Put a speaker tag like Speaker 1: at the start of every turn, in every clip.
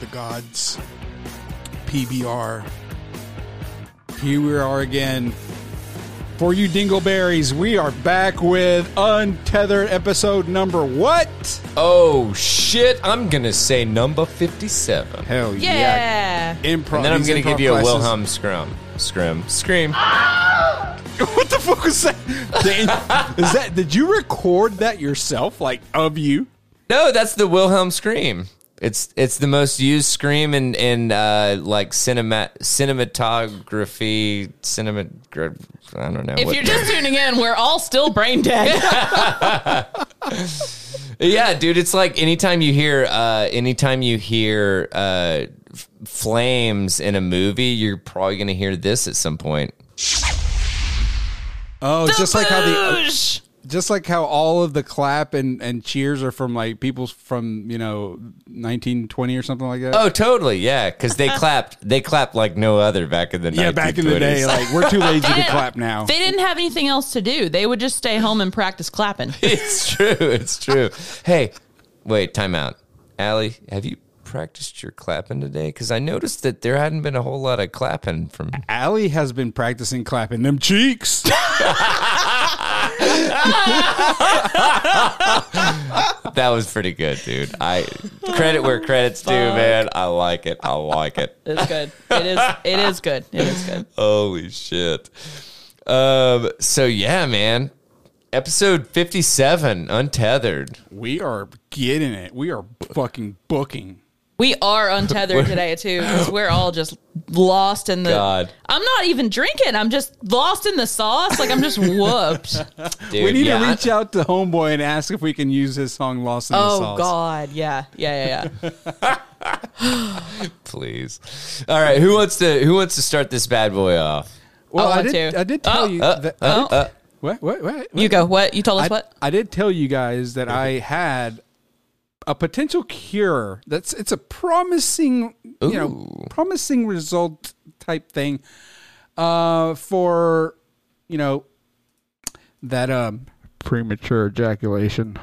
Speaker 1: the Gods PBR. Here we are again. For you dingleberries, we are back with Untethered episode number what?
Speaker 2: Oh shit! I'm gonna say number fifty-seven,
Speaker 1: Hell yeah.
Speaker 3: Yeah.
Speaker 1: Improv.
Speaker 2: and then I'm
Speaker 1: these
Speaker 2: gonna
Speaker 1: improv
Speaker 2: give you a
Speaker 1: classes.
Speaker 2: Wilhelm scrum, scrim, scream.
Speaker 1: What the fuck was that? The- Is that? Did you record that yourself? Like of you?
Speaker 2: No, that's the Wilhelm scream. It's it's the most used scream in in uh, like cinema cinematography cinema. I don't know.
Speaker 3: If
Speaker 2: what
Speaker 3: you're
Speaker 2: the-
Speaker 3: just tuning in, we're all still brain dead.
Speaker 2: Yeah, dude, it's like anytime you hear uh anytime you hear uh f- flames in a movie, you're probably going to hear this at some point.
Speaker 1: Oh, just like how the
Speaker 3: Boosh.
Speaker 1: just like how all of the clap and and cheers are from like people from you know 1920 or something like that.
Speaker 2: Oh, totally. Yeah, cuz they clapped they clapped like no other back in the
Speaker 1: yeah, back in the day,
Speaker 2: 1920s.
Speaker 1: like we're too lazy to
Speaker 3: Yeah.
Speaker 1: clap now.
Speaker 3: They didn't have anything else to do. They would just stay home and practice clapping.
Speaker 2: it's true. It's true. hey, wait, time out. Allie, have you practiced your clapping today cuz I noticed that there hadn't been a whole lot of clapping from
Speaker 1: Allie has been practicing clapping them cheeks.
Speaker 2: That was pretty good, dude. I credit where credit's due, man. I like it. I like it.
Speaker 3: It's good. It is. It is good. It is good.
Speaker 2: Holy shit. Um, so yeah, man. Episode 57, Untethered.
Speaker 1: we are getting it. We are fucking booking.
Speaker 3: We are untethered today too because we're all just lost in the.
Speaker 2: God.
Speaker 3: I'm not even drinking. I'm just lost in the sauce. Like I'm just whooped.
Speaker 2: Dude,
Speaker 1: we need
Speaker 2: yeah,
Speaker 1: to
Speaker 2: I-
Speaker 1: reach out to Homeboy and ask if we can use his song "Lost in the
Speaker 3: oh
Speaker 1: Sauce."
Speaker 3: God. Yeah. Yeah. Yeah. Yeah.
Speaker 2: please. All right, who wants to who wants to start this bad boy off?
Speaker 1: Well,
Speaker 3: I
Speaker 1: I,
Speaker 3: want
Speaker 1: did.
Speaker 3: to.
Speaker 1: I did tell
Speaker 3: Oh,
Speaker 1: you.
Speaker 2: uh,
Speaker 1: that,
Speaker 2: uh,
Speaker 3: Oh.
Speaker 2: uh,
Speaker 1: what? What? What? what?
Speaker 3: You go. What? You told us
Speaker 1: I,
Speaker 3: what?
Speaker 1: I did tell you guys that I had a potential cure. That's it's a promising, you know,
Speaker 2: Ooh.
Speaker 1: promising result type thing uh for you know that um premature ejaculation.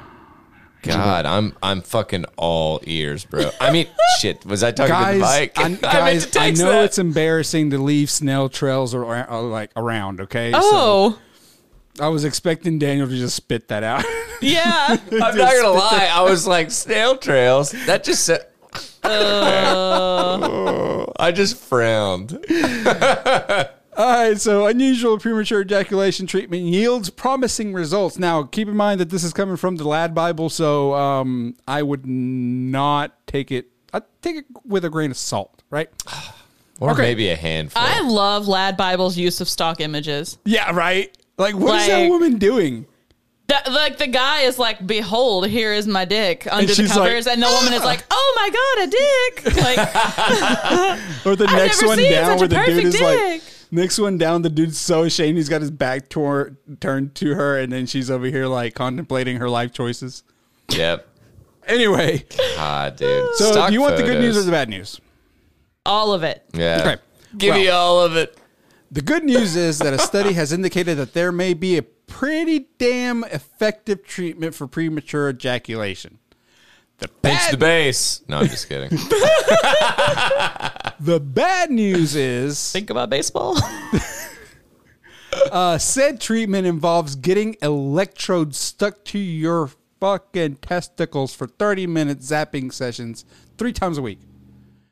Speaker 2: God, I'm I'm fucking all ears, bro. I mean, shit. Was I talking to
Speaker 1: Guys,
Speaker 2: the mic?
Speaker 1: I,
Speaker 2: meant
Speaker 1: guys,
Speaker 2: to
Speaker 1: I
Speaker 2: text
Speaker 1: know
Speaker 2: that.
Speaker 1: it's embarrassing to leave snail trails or, or like around. Okay,
Speaker 3: oh.
Speaker 1: so I was expecting Daniel to just spit that out.
Speaker 3: Yeah.
Speaker 2: I'm not gonna lie. I was like snail trails. That just said. I just frowned.
Speaker 1: All right, so unusual premature ejaculation treatment yields promising results. Now, keep in mind that this is coming from the Lad Bible, so um, I would not take it. I take it with a grain of salt, right?
Speaker 2: Or
Speaker 1: Okay.
Speaker 2: maybe a handful.
Speaker 3: I love Lad Bible's use of stock images.
Speaker 1: Yeah, right. Like, what is that
Speaker 3: Like-
Speaker 1: woman doing?
Speaker 3: That, like the guy is like, "Behold, here is my dick under the
Speaker 1: she's like,
Speaker 3: covers," and the woman is like, "Oh my god, a dick!" Like,
Speaker 1: Or the next
Speaker 3: never
Speaker 1: one
Speaker 3: seen
Speaker 1: down,
Speaker 3: such
Speaker 1: where
Speaker 3: a
Speaker 1: the dude
Speaker 3: perfect
Speaker 1: is like,
Speaker 3: dick.
Speaker 1: next one down, the dude's so ashamed he's got his back tor- turned to her, and then she's over here like contemplating her life choices.
Speaker 2: yep.
Speaker 1: Anyway,
Speaker 2: Ah, dude.
Speaker 1: so
Speaker 2: Stock
Speaker 1: do you want the good news or
Speaker 2: photos.
Speaker 1: the bad news?
Speaker 3: all of it.
Speaker 2: Yeah.
Speaker 1: Okay.
Speaker 2: Give
Speaker 1: Well-
Speaker 2: me all of it.
Speaker 1: The good news is that a study has indicated that there may be a pretty damn effective treatment for premature ejaculation. The
Speaker 2: Pinch the
Speaker 1: bad,
Speaker 2: base. No, I'm just kidding.
Speaker 1: the bad news is
Speaker 3: Think about baseball.
Speaker 1: uh, said treatment involves getting electrodes stuck to your fucking testicles for 30 minute zapping sessions three times a week.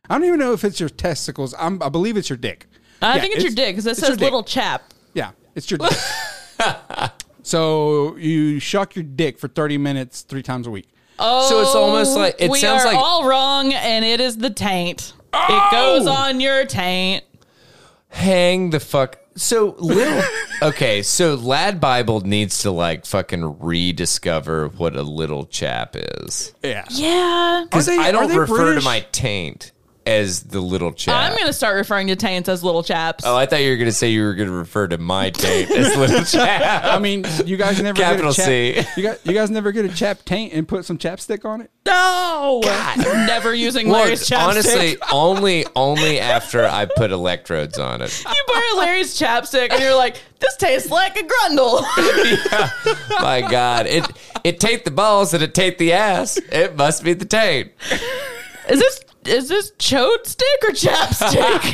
Speaker 1: I don't even know if it's your testicles. I'm, I believe it's your dick.
Speaker 3: I
Speaker 1: Yeah,
Speaker 3: think it's, your dick because it
Speaker 1: it's your
Speaker 3: says
Speaker 1: dick.
Speaker 3: "little chap."
Speaker 1: Yeah, it's your dick. so you shock your dick for 30 minutes three times a week.
Speaker 3: Oh,
Speaker 2: So it's almost like- it
Speaker 3: we
Speaker 2: sounds
Speaker 3: are
Speaker 2: like-
Speaker 3: all wrong, and it is the taint. It goes on your taint.
Speaker 2: Hang the fuck. So little. Okay, so Lad Bible needs to like fucking rediscover what a little chap is.
Speaker 1: Yeah.
Speaker 3: Yeah,
Speaker 1: Are they,
Speaker 2: I
Speaker 1: are
Speaker 2: don't
Speaker 1: they
Speaker 2: refer
Speaker 1: British?
Speaker 2: to my taint as the little chap.
Speaker 3: I'm gonna start referring to taints as little chaps.
Speaker 2: Oh, I thought you were going to say you were going to refer to my taint as little chap.
Speaker 1: I mean, you guys never
Speaker 2: Capital
Speaker 1: get a chap,
Speaker 2: C.
Speaker 1: You guys, you guys never get a chap taint and put some chapstick on it.
Speaker 3: no, never using
Speaker 2: Well,
Speaker 3: Larry's chapstick.
Speaker 2: honestly, only only after I put electrodes on it.
Speaker 3: you borrow Larry's chapstick, and you're like, "This tastes like a grundle."
Speaker 2: My God, it it taped the balls and it taped the ass. It must be the taint.
Speaker 3: Is this is this chode stick or chapstick?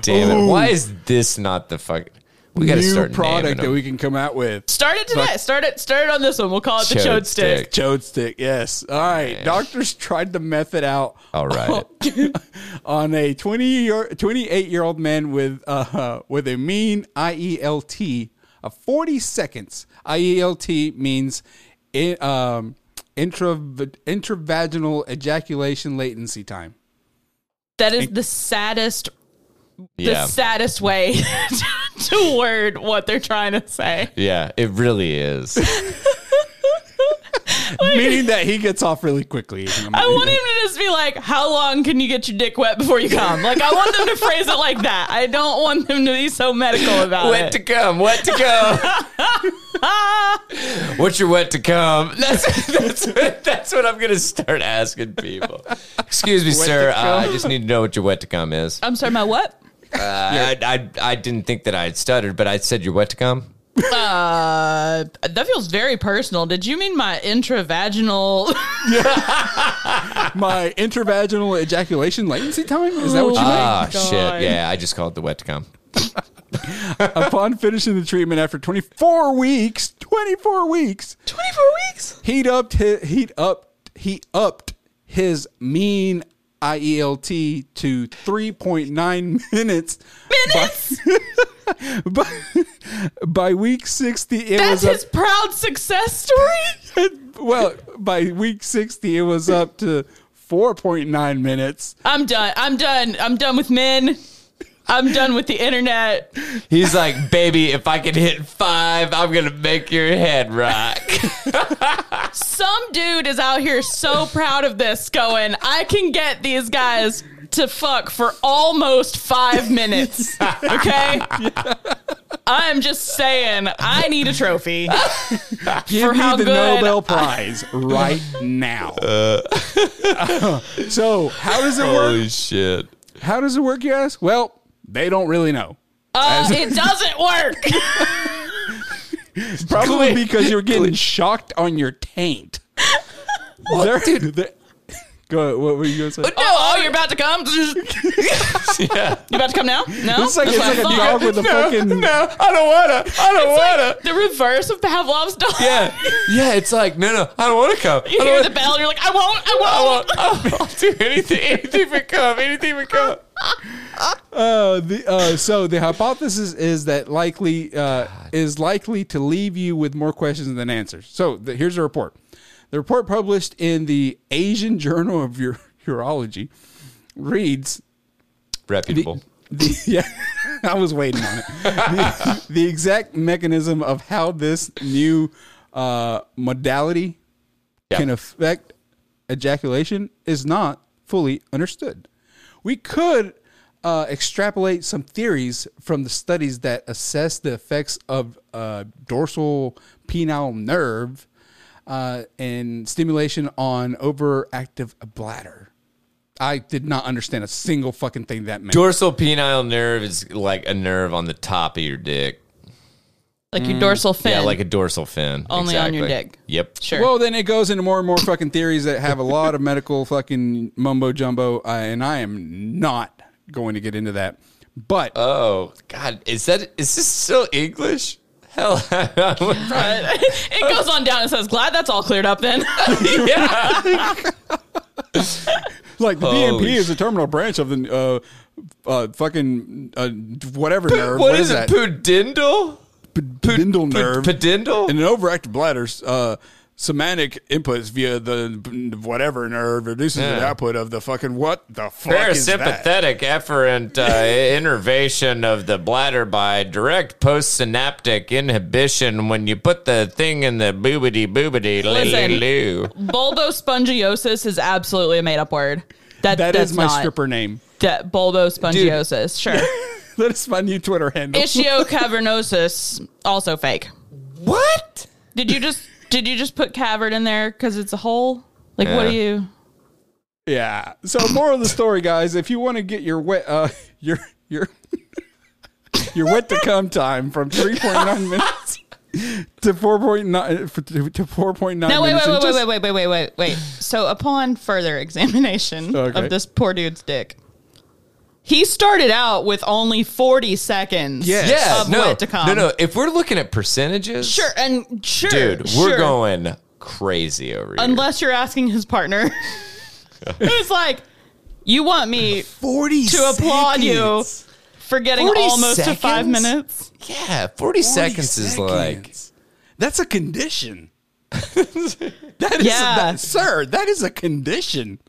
Speaker 2: Damn it! Why is this not the fuck? We got to
Speaker 1: new
Speaker 2: start
Speaker 1: product
Speaker 2: naming
Speaker 1: that
Speaker 2: them.
Speaker 1: we can come out with.
Speaker 3: start it today. Start it. Start it on this one. We'll call it the
Speaker 2: Chode
Speaker 3: chode stick.
Speaker 1: Chode stick, yes. All right. Doctors tried the method out
Speaker 2: All right.
Speaker 1: on a 20 year, 28 year old man with uh, with a mean E IELT of 40 seconds. IELT means i- um, intra, intravaginal ejaculation latency time.
Speaker 3: That is the saddest.
Speaker 2: yeah.
Speaker 3: The saddest way to- to word what they're trying to say.
Speaker 2: yeah. It really is.
Speaker 1: Meaning that he gets off really quickly.
Speaker 3: I want him to just be like, "How long can you get your dick wet before you come?" Like, I want them to phrase it like that. I don't want them to be so medical about
Speaker 2: wet
Speaker 3: it.
Speaker 2: to come. Wet to come. What's your wet to come? That's that's what, that's what I'm gonna start asking people. Excuse me, sir.
Speaker 1: to
Speaker 2: Uh, I
Speaker 1: come?
Speaker 2: just need to know what your wet to come is. Uh,
Speaker 3: I'm sorry, my what?
Speaker 2: I, I I didn't think that I had stuttered, but I said your wet to come.
Speaker 1: Oh,
Speaker 3: Uh, that feels very personal. Did you mean my intravaginal?
Speaker 1: My intravaginal ejaculation latency time? Is that what you meant?
Speaker 2: Ah,
Speaker 3: God.
Speaker 2: shit. Yeah, I just called it the wet to come.
Speaker 1: Upon finishing the treatment after 24 weeks, 24 weeks,
Speaker 3: 24 weeks?
Speaker 1: he'd upped his, he'd upped, he upped his mean IELT to 3.9 minutes.
Speaker 3: Minutes?
Speaker 1: By, by week 60, it
Speaker 3: That's
Speaker 1: was
Speaker 3: his proud success story?
Speaker 1: up, well, by week 60, it was up to 4.9 minutes.
Speaker 3: I'm done. I'm done. I'm done with men. I'm done with the internet.
Speaker 2: He's like, baby, if I can hit five, I'm gonna make your head rock.
Speaker 3: Some dude is out here so proud of this, going, I can get these guys to fuck for almost five minutes. Okay? I'm just saying, I need a trophy. Uh,
Speaker 1: Give me
Speaker 3: how
Speaker 1: the
Speaker 3: good Uh,
Speaker 1: Nobel Prize right now. so, how does it work?
Speaker 2: Holy shit.
Speaker 1: How does it work, you ask? Well, they don't really know.
Speaker 3: Uh, it doesn't work.
Speaker 1: Probably because you're getting shocked on your taint. They're- they're- go ahead, what were you going to say?
Speaker 3: No, oh, you're about to come. you
Speaker 2: Yeah.
Speaker 3: about to come now? No,
Speaker 1: It's like, it's
Speaker 3: what
Speaker 1: like
Speaker 3: I
Speaker 1: a
Speaker 3: thought.
Speaker 1: dog with a fucking.
Speaker 2: No, I don't wanna. I don't
Speaker 3: It's
Speaker 2: wanna.
Speaker 3: like the reverse of Pavlov's dog.
Speaker 2: Yeah, yeah. It's like no, no. I don't want to come.
Speaker 3: You
Speaker 2: I
Speaker 3: hear
Speaker 2: don't
Speaker 3: the bell, and you're like, I won't, I
Speaker 2: I
Speaker 3: won't.
Speaker 2: won't, I won't do anything. Anything for come. Anything for come.
Speaker 1: Uh, the, uh, so the hypothesis is that likely uh, is likely to leave you with more questions than answers. So the, here's the report. The report published in the Asian Journal of U- Urology reads
Speaker 2: Reputable.
Speaker 1: The, yeah, I was waiting on it. The, the exact mechanism of how this new uh, modality
Speaker 2: Yeah.
Speaker 1: can affect ejaculation is not fully understood. We could uh, extrapolate some theories from the studies that assess the effects of uh, dorsal penile nerve uh, and stimulation on overactive bladder. I did not understand a single fucking thing that meant.
Speaker 2: Dorsal penile nerve is like a nerve on the top of your dick.
Speaker 3: Like your dorsal fin.
Speaker 2: Mm, Yeah, like a dorsal fin.
Speaker 3: Only on your
Speaker 2: Exactly.
Speaker 3: dick.
Speaker 2: Yep.
Speaker 3: sure.
Speaker 1: Well, then it goes into more and more fucking theories that have a lot of medical fucking mumbo jumbo, uh, and I am not going to get into that. But
Speaker 2: Oh God, is that is this still English? Hell,
Speaker 3: it goes on down and says, "Glad that's all cleared up." Then
Speaker 2: yeah.
Speaker 1: like the DMP
Speaker 2: Holy
Speaker 1: is a terminal branch of the uh, uh, fucking uh, whatever nerve.
Speaker 2: what is,
Speaker 1: that?
Speaker 2: it? Pudendal.
Speaker 1: Pedindal nerve
Speaker 2: Pudendal.
Speaker 1: and an overactive bladder's uh, semantic inputs via the whatever nerve reduces the
Speaker 2: Yeah.
Speaker 1: output of the fucking what the fuck is that?
Speaker 2: Parasympathetic efferent uh, innervation of the bladder by direct postsynaptic inhibition when you put the thing in the boobity boobity
Speaker 3: Listen.
Speaker 2: loo.
Speaker 3: bulbospongiosis is absolutely a made-up word. That,
Speaker 1: That
Speaker 3: that's
Speaker 1: is my
Speaker 3: not,
Speaker 1: stripper name.
Speaker 3: That bulbospongiosis, sure.
Speaker 1: That is my new Twitter handle.
Speaker 3: Ischiocavernosis, also fake.
Speaker 2: What?
Speaker 3: Did you just did you just put cavern in there because it's a hole? Like, what
Speaker 2: Yeah.
Speaker 3: do you?
Speaker 1: Yeah. So moral of the story, guys, if you want to get your wet uh your your your wet to come time from three point nine minutes to four point nine to four point nine.
Speaker 3: No, wait,
Speaker 1: minutes
Speaker 3: wait, wait,
Speaker 1: and
Speaker 3: wait,
Speaker 1: just-
Speaker 3: wait, wait, wait, wait, wait, wait. So upon further examination
Speaker 1: Okay.
Speaker 3: of this poor dude's dick, he started out with only 40 seconds
Speaker 1: Yes.
Speaker 2: Yeah,
Speaker 3: of
Speaker 2: no,
Speaker 3: wet to come.
Speaker 2: no, no. If we're looking at percentages,
Speaker 3: Sure, and sure.
Speaker 2: dude, we're
Speaker 3: sure.
Speaker 2: going crazy over here.
Speaker 3: Unless you're asking his partner. it's like, you want me
Speaker 2: forty
Speaker 3: to applaud you for getting
Speaker 2: 40
Speaker 3: almost to five
Speaker 2: seconds?
Speaker 3: minutes.
Speaker 2: Yeah,
Speaker 1: 40
Speaker 2: forty, seconds, is like
Speaker 1: seconds. that's a condition. that is,
Speaker 3: Yeah.
Speaker 1: that- sir. That is a condition.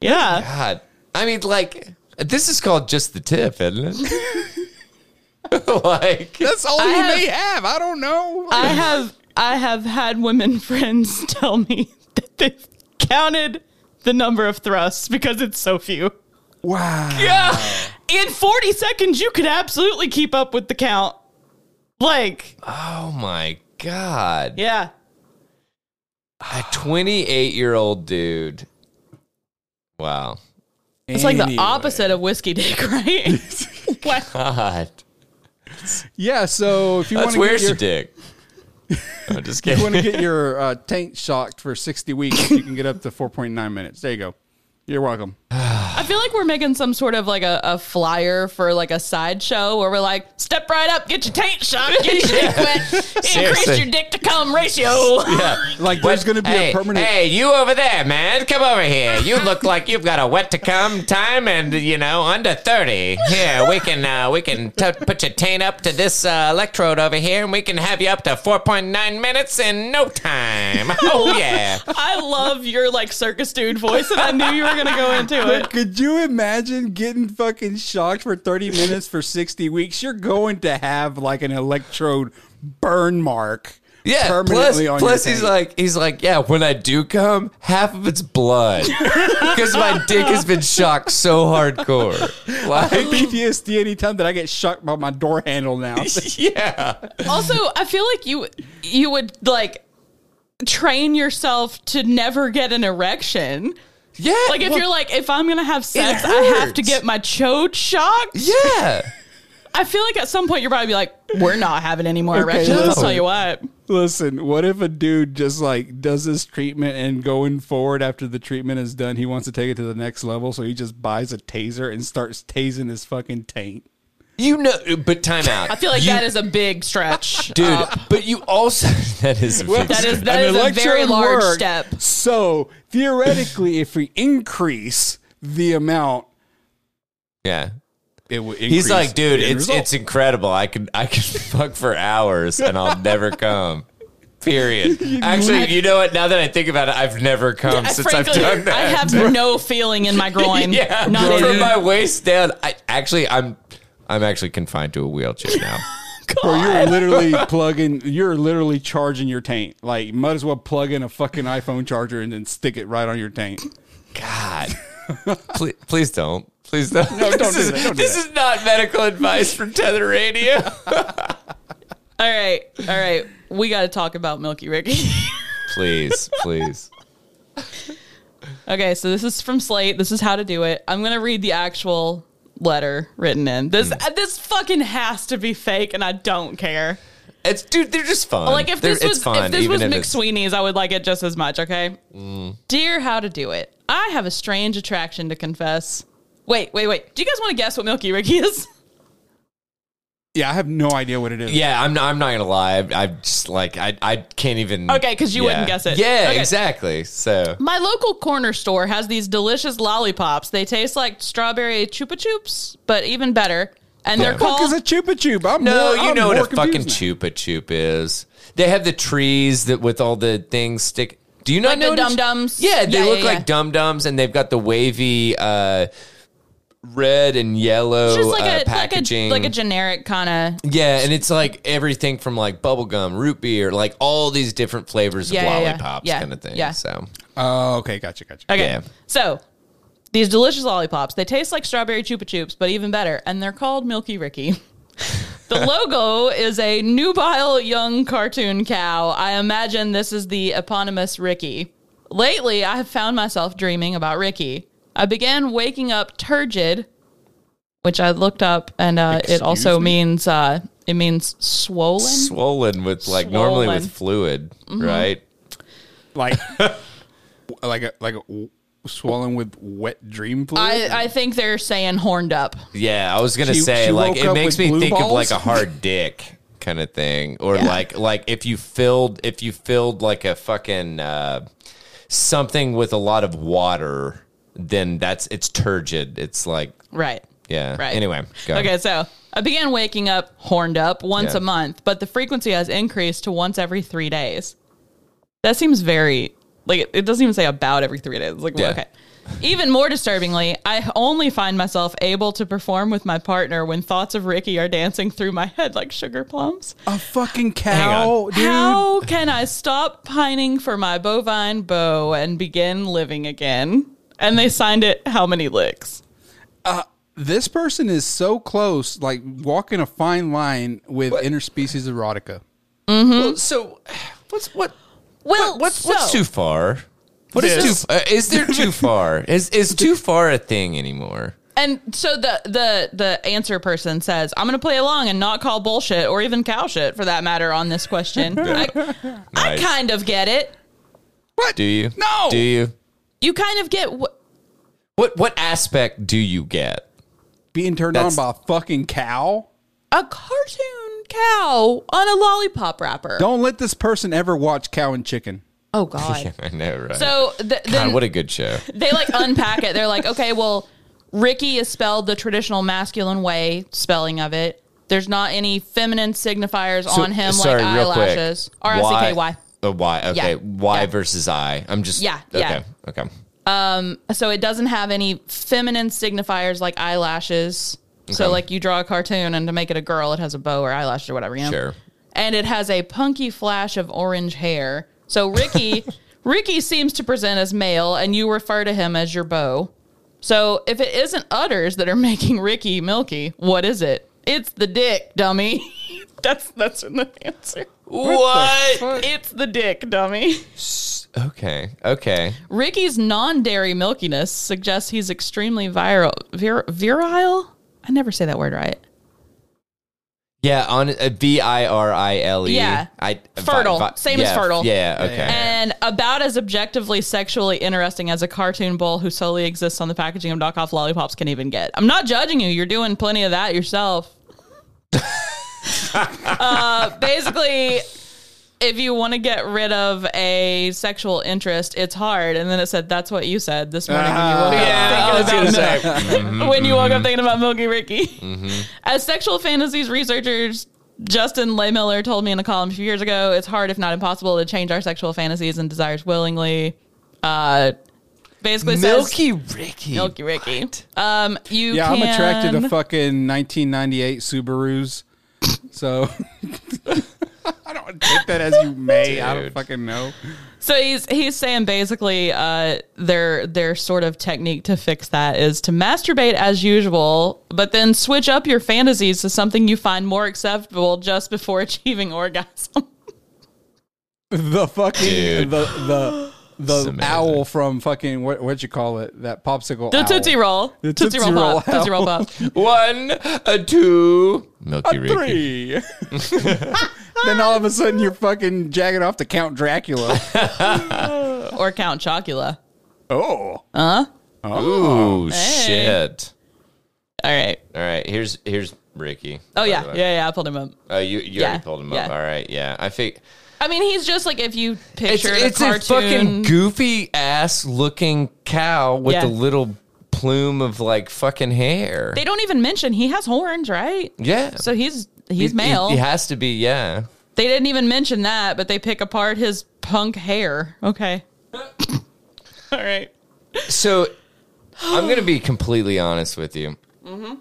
Speaker 3: Yeah.
Speaker 2: God. I mean, like this is called just the tip, isn't it? like
Speaker 1: That's all
Speaker 3: I
Speaker 1: you
Speaker 3: have-
Speaker 1: may have. I don't know.
Speaker 3: I have I have had women friends tell me that they've counted the number of thrusts because it's so few.
Speaker 1: wow.
Speaker 3: Yeah. In 40 seconds you could absolutely keep up with the count. Like,
Speaker 2: Oh my god.
Speaker 3: yeah.
Speaker 2: A 28 year old dude. Wow.
Speaker 3: It's like the opposite of whiskey dick, right? Wow.
Speaker 2: God.
Speaker 1: Yeah. So if you want
Speaker 2: That's
Speaker 1: to
Speaker 2: where's
Speaker 1: get
Speaker 2: your
Speaker 1: your,
Speaker 2: dick? I'm just
Speaker 1: you want to
Speaker 2: kidding.
Speaker 1: get your uh, taint shocked for sixty weeks, you can get up to four point nine minutes. There you go. You're welcome.
Speaker 3: I feel like we're making some sort of like a, a flyer for like a sideshow where we're like, step right up, get your taint shot, get your dick wet, increase
Speaker 2: Seriously.
Speaker 3: your dick to cum ratio.
Speaker 2: Yeah.
Speaker 1: Like there's going to be a
Speaker 2: hey,
Speaker 1: permanent.
Speaker 2: hey, you over there, man. Come over here. You look like you've got a wet to come time and, you know, under 30. Here, we can uh, we can t- put your taint up to this uh, electrode over here and we can have you up to 4.9 minutes in no time. Oh, yeah.
Speaker 3: I love your like circus dude voice, and I knew you were gonna go into it.
Speaker 1: Could you imagine getting fucking shocked for 30 minutes for 60 weeks? You're going to have like an electrode burn mark.
Speaker 2: Yeah. Plus,
Speaker 1: permanently on
Speaker 2: plus
Speaker 1: your
Speaker 2: he's
Speaker 1: taint.
Speaker 2: like, he's like, yeah. When I do come, half of it's blood because my dick has been shocked so hardcore. Like,
Speaker 1: PTSD anytime that I get shocked by my door handle now.
Speaker 2: yeah,
Speaker 3: Also, I feel like you you would like train yourself to never get an erection.
Speaker 2: yeah.
Speaker 3: Like if you're like, if I'm gonna have sex, I have to
Speaker 2: hurts.
Speaker 3: get my chode shocked.
Speaker 2: yeah.
Speaker 3: I feel like at some point you're probably be like, we're not having any more
Speaker 1: Okay,
Speaker 3: erections. I'll
Speaker 1: listen.
Speaker 3: tell you what.
Speaker 1: Listen, what if a dude just like does his treatment and going forward after the treatment is done, he wants to take it to the next level, so he just buys a taser and starts tasing his fucking taint.
Speaker 2: You know, but time out.
Speaker 3: I feel like
Speaker 2: You-
Speaker 3: that is a big stretch, Um,
Speaker 2: dude. But you also that is a big
Speaker 3: that
Speaker 2: stretch.
Speaker 3: is that is a very
Speaker 1: electrode
Speaker 3: large
Speaker 1: worked.
Speaker 3: step.
Speaker 1: So theoretically, if we increase the amount,
Speaker 2: yeah.
Speaker 1: it would increase.
Speaker 2: He's like, dude,
Speaker 1: the end
Speaker 2: it's
Speaker 1: result.
Speaker 2: it's incredible. I could I could fuck for hours and I'll never come. Period. Actually, you know what? Now that I think about it, I've never come since I've
Speaker 3: Frankly,
Speaker 2: done that.
Speaker 3: I have no feeling in my groin.
Speaker 2: Yeah,
Speaker 3: not
Speaker 2: from
Speaker 3: even-
Speaker 2: my waist down. I actually, I'm, I'm actually confined to a wheelchair now.
Speaker 1: Bro, you're literally plugging. You're literally charging your taint. Like, you might as well plug in a fucking iPhone charger and then stick it right on your taint.
Speaker 2: God, please, please don't, please don't. No,
Speaker 1: don't
Speaker 2: this
Speaker 1: do
Speaker 2: is,
Speaker 1: that, don't do
Speaker 2: this
Speaker 1: that.
Speaker 2: is not medical advice from Tether Radio.
Speaker 3: All right, all right. We got to talk about Milky Ricky.
Speaker 2: please, please.
Speaker 3: okay, so this is from Slate. This is how to do it. I'm gonna read the actual letter written in. This uh,
Speaker 2: Hmm.
Speaker 3: this fucking has to be fake, and I don't care.
Speaker 2: It's dude, they're just fun.
Speaker 3: Like if
Speaker 2: Um, They're-
Speaker 3: this was
Speaker 2: it's fun,
Speaker 3: if this was
Speaker 2: even if it's- Mm.
Speaker 3: McSweeney's, I would like it just as much. Okay, dear, how to do it? I have a strange attraction to confess. Wait, wait, wait. Do you guys want to guess what Milky Ricky is?
Speaker 1: Yeah, I have no idea what it is.
Speaker 2: Yeah, I'm not, I'm not gonna lie. I'm, I'm just like I I can't even.
Speaker 3: Okay, 'cause you
Speaker 2: Yeah.
Speaker 3: wouldn't guess it.
Speaker 2: Yeah,
Speaker 3: Okay.
Speaker 2: exactly. So
Speaker 3: My local corner store has these delicious lollipops. They taste like strawberry chupa chups, but even better. And they're
Speaker 2: Yeah.
Speaker 1: Fuck is
Speaker 3: called
Speaker 1: a chupa chup? I'm
Speaker 2: No,
Speaker 1: more-
Speaker 2: you
Speaker 1: I'm
Speaker 2: know what
Speaker 1: more
Speaker 2: a fucking
Speaker 1: confused now.
Speaker 2: chupa chup is. They have the trees that with all the things stick. Do you not
Speaker 3: Like the
Speaker 2: know what a-
Speaker 3: dum-dums?
Speaker 2: Yeah, they
Speaker 3: Yeah,
Speaker 2: look
Speaker 3: yeah, yeah.
Speaker 2: like dum dums, and they've got the wavy uh, red and yellow
Speaker 3: It's just like
Speaker 2: uh,
Speaker 3: a like a
Speaker 2: packaging.
Speaker 3: like a generic kind of
Speaker 2: yeah, and it's like everything from like bubblegum, root beer, like all these different flavors
Speaker 3: Yeah,
Speaker 2: of
Speaker 3: yeah, yeah.
Speaker 2: lollipops,
Speaker 3: Yeah,
Speaker 2: kind of thing.
Speaker 3: yeah.
Speaker 2: So
Speaker 1: Oh, okay, gotcha, gotcha.
Speaker 3: okay.
Speaker 2: Yeah.
Speaker 3: So these delicious lollipops they taste like strawberry chupa chups, but even better, and they're called Milky Ricky. the logo is a nubile young cartoon cow. I imagine this is the eponymous Ricky. Lately, I have found myself dreaming about Ricky. I began waking up turgid, which I looked up, and uh, it
Speaker 1: Excuse
Speaker 3: also
Speaker 1: me?
Speaker 3: means uh, It means swollen.
Speaker 2: Swollen with like normally with
Speaker 3: Swollen. Mm-hmm.
Speaker 2: fluid, right?
Speaker 1: Like, like a, like a w- swollen with wet dream fluid.
Speaker 3: I, I think they're saying horned up.
Speaker 2: Yeah, I was gonna
Speaker 1: She-
Speaker 2: say
Speaker 1: she
Speaker 2: like
Speaker 1: woke
Speaker 2: it
Speaker 1: up
Speaker 2: makes
Speaker 1: with
Speaker 2: me
Speaker 1: blue
Speaker 2: think of like
Speaker 1: balls?
Speaker 2: a hard dick kind of thing, or like like if you filled if you filled like a fucking uh, something with a lot of water, then that's it's turgid. It's like
Speaker 3: Right.
Speaker 2: yeah.
Speaker 3: Right.
Speaker 2: Anyway, go.
Speaker 3: Okay, so I began waking up horned up once
Speaker 2: Yeah.
Speaker 3: a month, but the frequency has increased to once every three days. That seems very like it- it doesn't even say about every three days. It's like well,
Speaker 2: Yeah.
Speaker 3: okay. Even more disturbingly, I only find myself able to perform with my partner when thoughts of Ricky are dancing through my head like sugar plums.
Speaker 1: a fucking cow, dude.
Speaker 3: How can I stop pining for my bovine beau and begin living again? And they signed it how many licks?
Speaker 1: This person is so close, like walking a fine line with interspecies erotica.
Speaker 2: Well, so what's what
Speaker 3: Well,
Speaker 2: what's what's
Speaker 3: so-
Speaker 2: too far? What is
Speaker 1: This.
Speaker 2: too? Uh, is there too far? Is is too far a thing anymore?
Speaker 3: And so the the the answer person says, "I'm going to play along and not call bullshit or even cow shit for that matter on this question." I, I
Speaker 2: Nice.
Speaker 3: kind of get it.
Speaker 1: What
Speaker 2: Do you?
Speaker 1: No.
Speaker 2: Do you?
Speaker 3: You kind of get what
Speaker 2: What what aspect do you get?
Speaker 1: being turned
Speaker 2: That's-
Speaker 1: on by a fucking cow?
Speaker 3: a cartoon cow on a lollipop wrapper.
Speaker 1: Don't let this person ever watch Cow and Chicken.
Speaker 3: oh god.
Speaker 2: I know, right?
Speaker 3: So the,
Speaker 2: God,
Speaker 3: then
Speaker 2: what a good show.
Speaker 3: they like unpack it. They're like, "Okay, well, Ricky is spelled the traditional masculine way spelling of it. There's not any feminine signifiers
Speaker 2: So-
Speaker 3: on him
Speaker 2: sorry,
Speaker 3: like
Speaker 2: real quick.
Speaker 3: eyelashes. R I C K Y.
Speaker 2: Oh, why? Okay.
Speaker 3: Yeah.
Speaker 2: Why
Speaker 3: Yeah.
Speaker 2: versus I? I'm just.
Speaker 3: Yeah,
Speaker 2: Okay.
Speaker 3: yeah.
Speaker 2: Okay.
Speaker 3: so it doesn't have any feminine signifiers like eyelashes. So
Speaker 2: Okay.
Speaker 3: like you draw a cartoon and to make it a girl, it has a bow or eyelashes or whatever, you know.
Speaker 2: Sure.
Speaker 3: And it has a punky flash of orange hair. So Ricky, Ricky seems to present as male, and you refer to him as your beau. So if it isn't udders that are making Ricky milky, what is it? It's the dick, dummy. that's that's in the answer.
Speaker 2: What?
Speaker 3: It's the dick, dummy.
Speaker 2: Okay. Okay.
Speaker 3: Ricky's non-dairy milkiness suggests he's extremely viral, vir, virile. I never say that word right.
Speaker 2: Yeah. On uh, V I R I L E.
Speaker 3: Yeah.
Speaker 2: I
Speaker 3: Fertile.
Speaker 2: vi-
Speaker 3: Same as
Speaker 2: yeah,
Speaker 3: fertile.
Speaker 2: Yeah. Okay.
Speaker 3: And about as objectively sexually interesting as a cartoon bull who solely exists on the packaging of knockoff lollipops can even get. I'm not judging you. You're doing plenty of that yourself. uh, basically, if you want to get rid of a sexual interest, it's hard. And then it said, "That's what you said this morning when you woke up."
Speaker 2: Ah. Yeah, I was
Speaker 3: thinking
Speaker 2: gonna
Speaker 3: about milk."
Speaker 2: say. Mm-hmm.
Speaker 3: when you woke up thinking about Milky Ricky. As sexual fantasies researchers, Justin Laymiller told me in a column a few years ago, it's hard, if not impossible, to change our sexual fantasies and desires willingly. Uh, basically, says,
Speaker 2: Milky Ricky.
Speaker 3: Milky Ricky. Um, you
Speaker 1: Yeah, I'm attracted to
Speaker 3: can-
Speaker 1: fucking 1998 Subarus. So I don't take that as you may. I
Speaker 2: Dude.
Speaker 1: don't fucking know.
Speaker 3: So he's he's saying basically uh, their their sort of technique to fix that is to masturbate as usual, but then switch up your fantasies to something you find more acceptable just before achieving orgasm.
Speaker 1: The fucking
Speaker 2: Dude.
Speaker 1: the the
Speaker 2: It's
Speaker 1: the
Speaker 2: amazing.
Speaker 1: owl from fucking what what'd you call it? That popsicle.
Speaker 3: The
Speaker 1: owl.
Speaker 3: Tootsie Roll.
Speaker 1: The
Speaker 3: Tootsie,
Speaker 1: Tootsie
Speaker 3: Roll
Speaker 1: Roll
Speaker 3: Pop. Tootsie Roll Pop.
Speaker 2: One, a two. Milky Ricky.
Speaker 1: Three. then all of a sudden you're fucking jacking off to Count Dracula.
Speaker 3: Or Count Chocula.
Speaker 1: Oh.
Speaker 2: Ooh,
Speaker 3: Oh, Hey.
Speaker 2: shit.
Speaker 3: All right.
Speaker 2: All right. Here's here's Ricky.
Speaker 3: Oh,
Speaker 2: by
Speaker 3: yeah.
Speaker 2: the
Speaker 3: Yeah,
Speaker 2: way.
Speaker 3: yeah. I pulled him up.
Speaker 2: Oh, you you
Speaker 3: Yeah,
Speaker 2: already pulled him up.
Speaker 3: yeah.
Speaker 2: All right. Yeah. I think.
Speaker 3: I mean, he's just like if you
Speaker 2: it's,
Speaker 3: picture
Speaker 2: it's
Speaker 3: a
Speaker 2: a
Speaker 3: cartoon.
Speaker 2: fucking goofy ass looking cow with
Speaker 3: Yeah.
Speaker 2: a little plume of like fucking hair.
Speaker 3: they don't even mention he has horns, right?
Speaker 2: yeah.
Speaker 3: So he's
Speaker 2: He-
Speaker 3: he's
Speaker 2: he-
Speaker 3: male.
Speaker 2: He, has to be, yeah.
Speaker 3: They didn't even mention that, but they pick apart his punk hair. Okay. All right.
Speaker 2: So I'm going to be completely honest with you.
Speaker 3: Mm-hmm.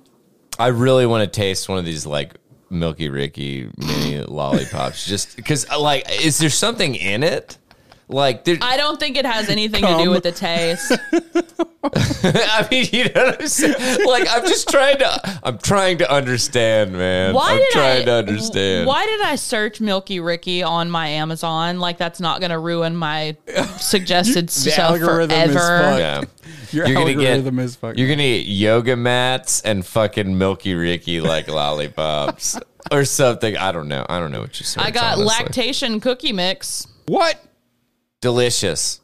Speaker 2: I really want to taste one of these like Milky Ricky mini lollipops just because, like, is there something in it? Like, there, I,
Speaker 3: I don't think it has anything to do with the taste.
Speaker 2: mean, you know what I'm saying? Like, I'm just trying to, I'm trying to understand, man.
Speaker 3: Why
Speaker 2: I'm
Speaker 3: did
Speaker 2: trying
Speaker 3: I,
Speaker 2: to understand.
Speaker 3: Why did I search Milky Ricky on my Amazon? Like that's not going to ruin my suggested stuff
Speaker 1: algorithm is
Speaker 3: forever.
Speaker 1: fucked.
Speaker 2: Yeah.
Speaker 1: Your
Speaker 2: You're gonna get
Speaker 1: algorithm is fucking
Speaker 2: you're gonna get yoga mats and fucking Milky Ricky like lollipops. or something. I don't know. I don't know what you said.
Speaker 3: I got
Speaker 2: honestly.
Speaker 3: lactation cookie mix.
Speaker 1: What?
Speaker 2: Delicious.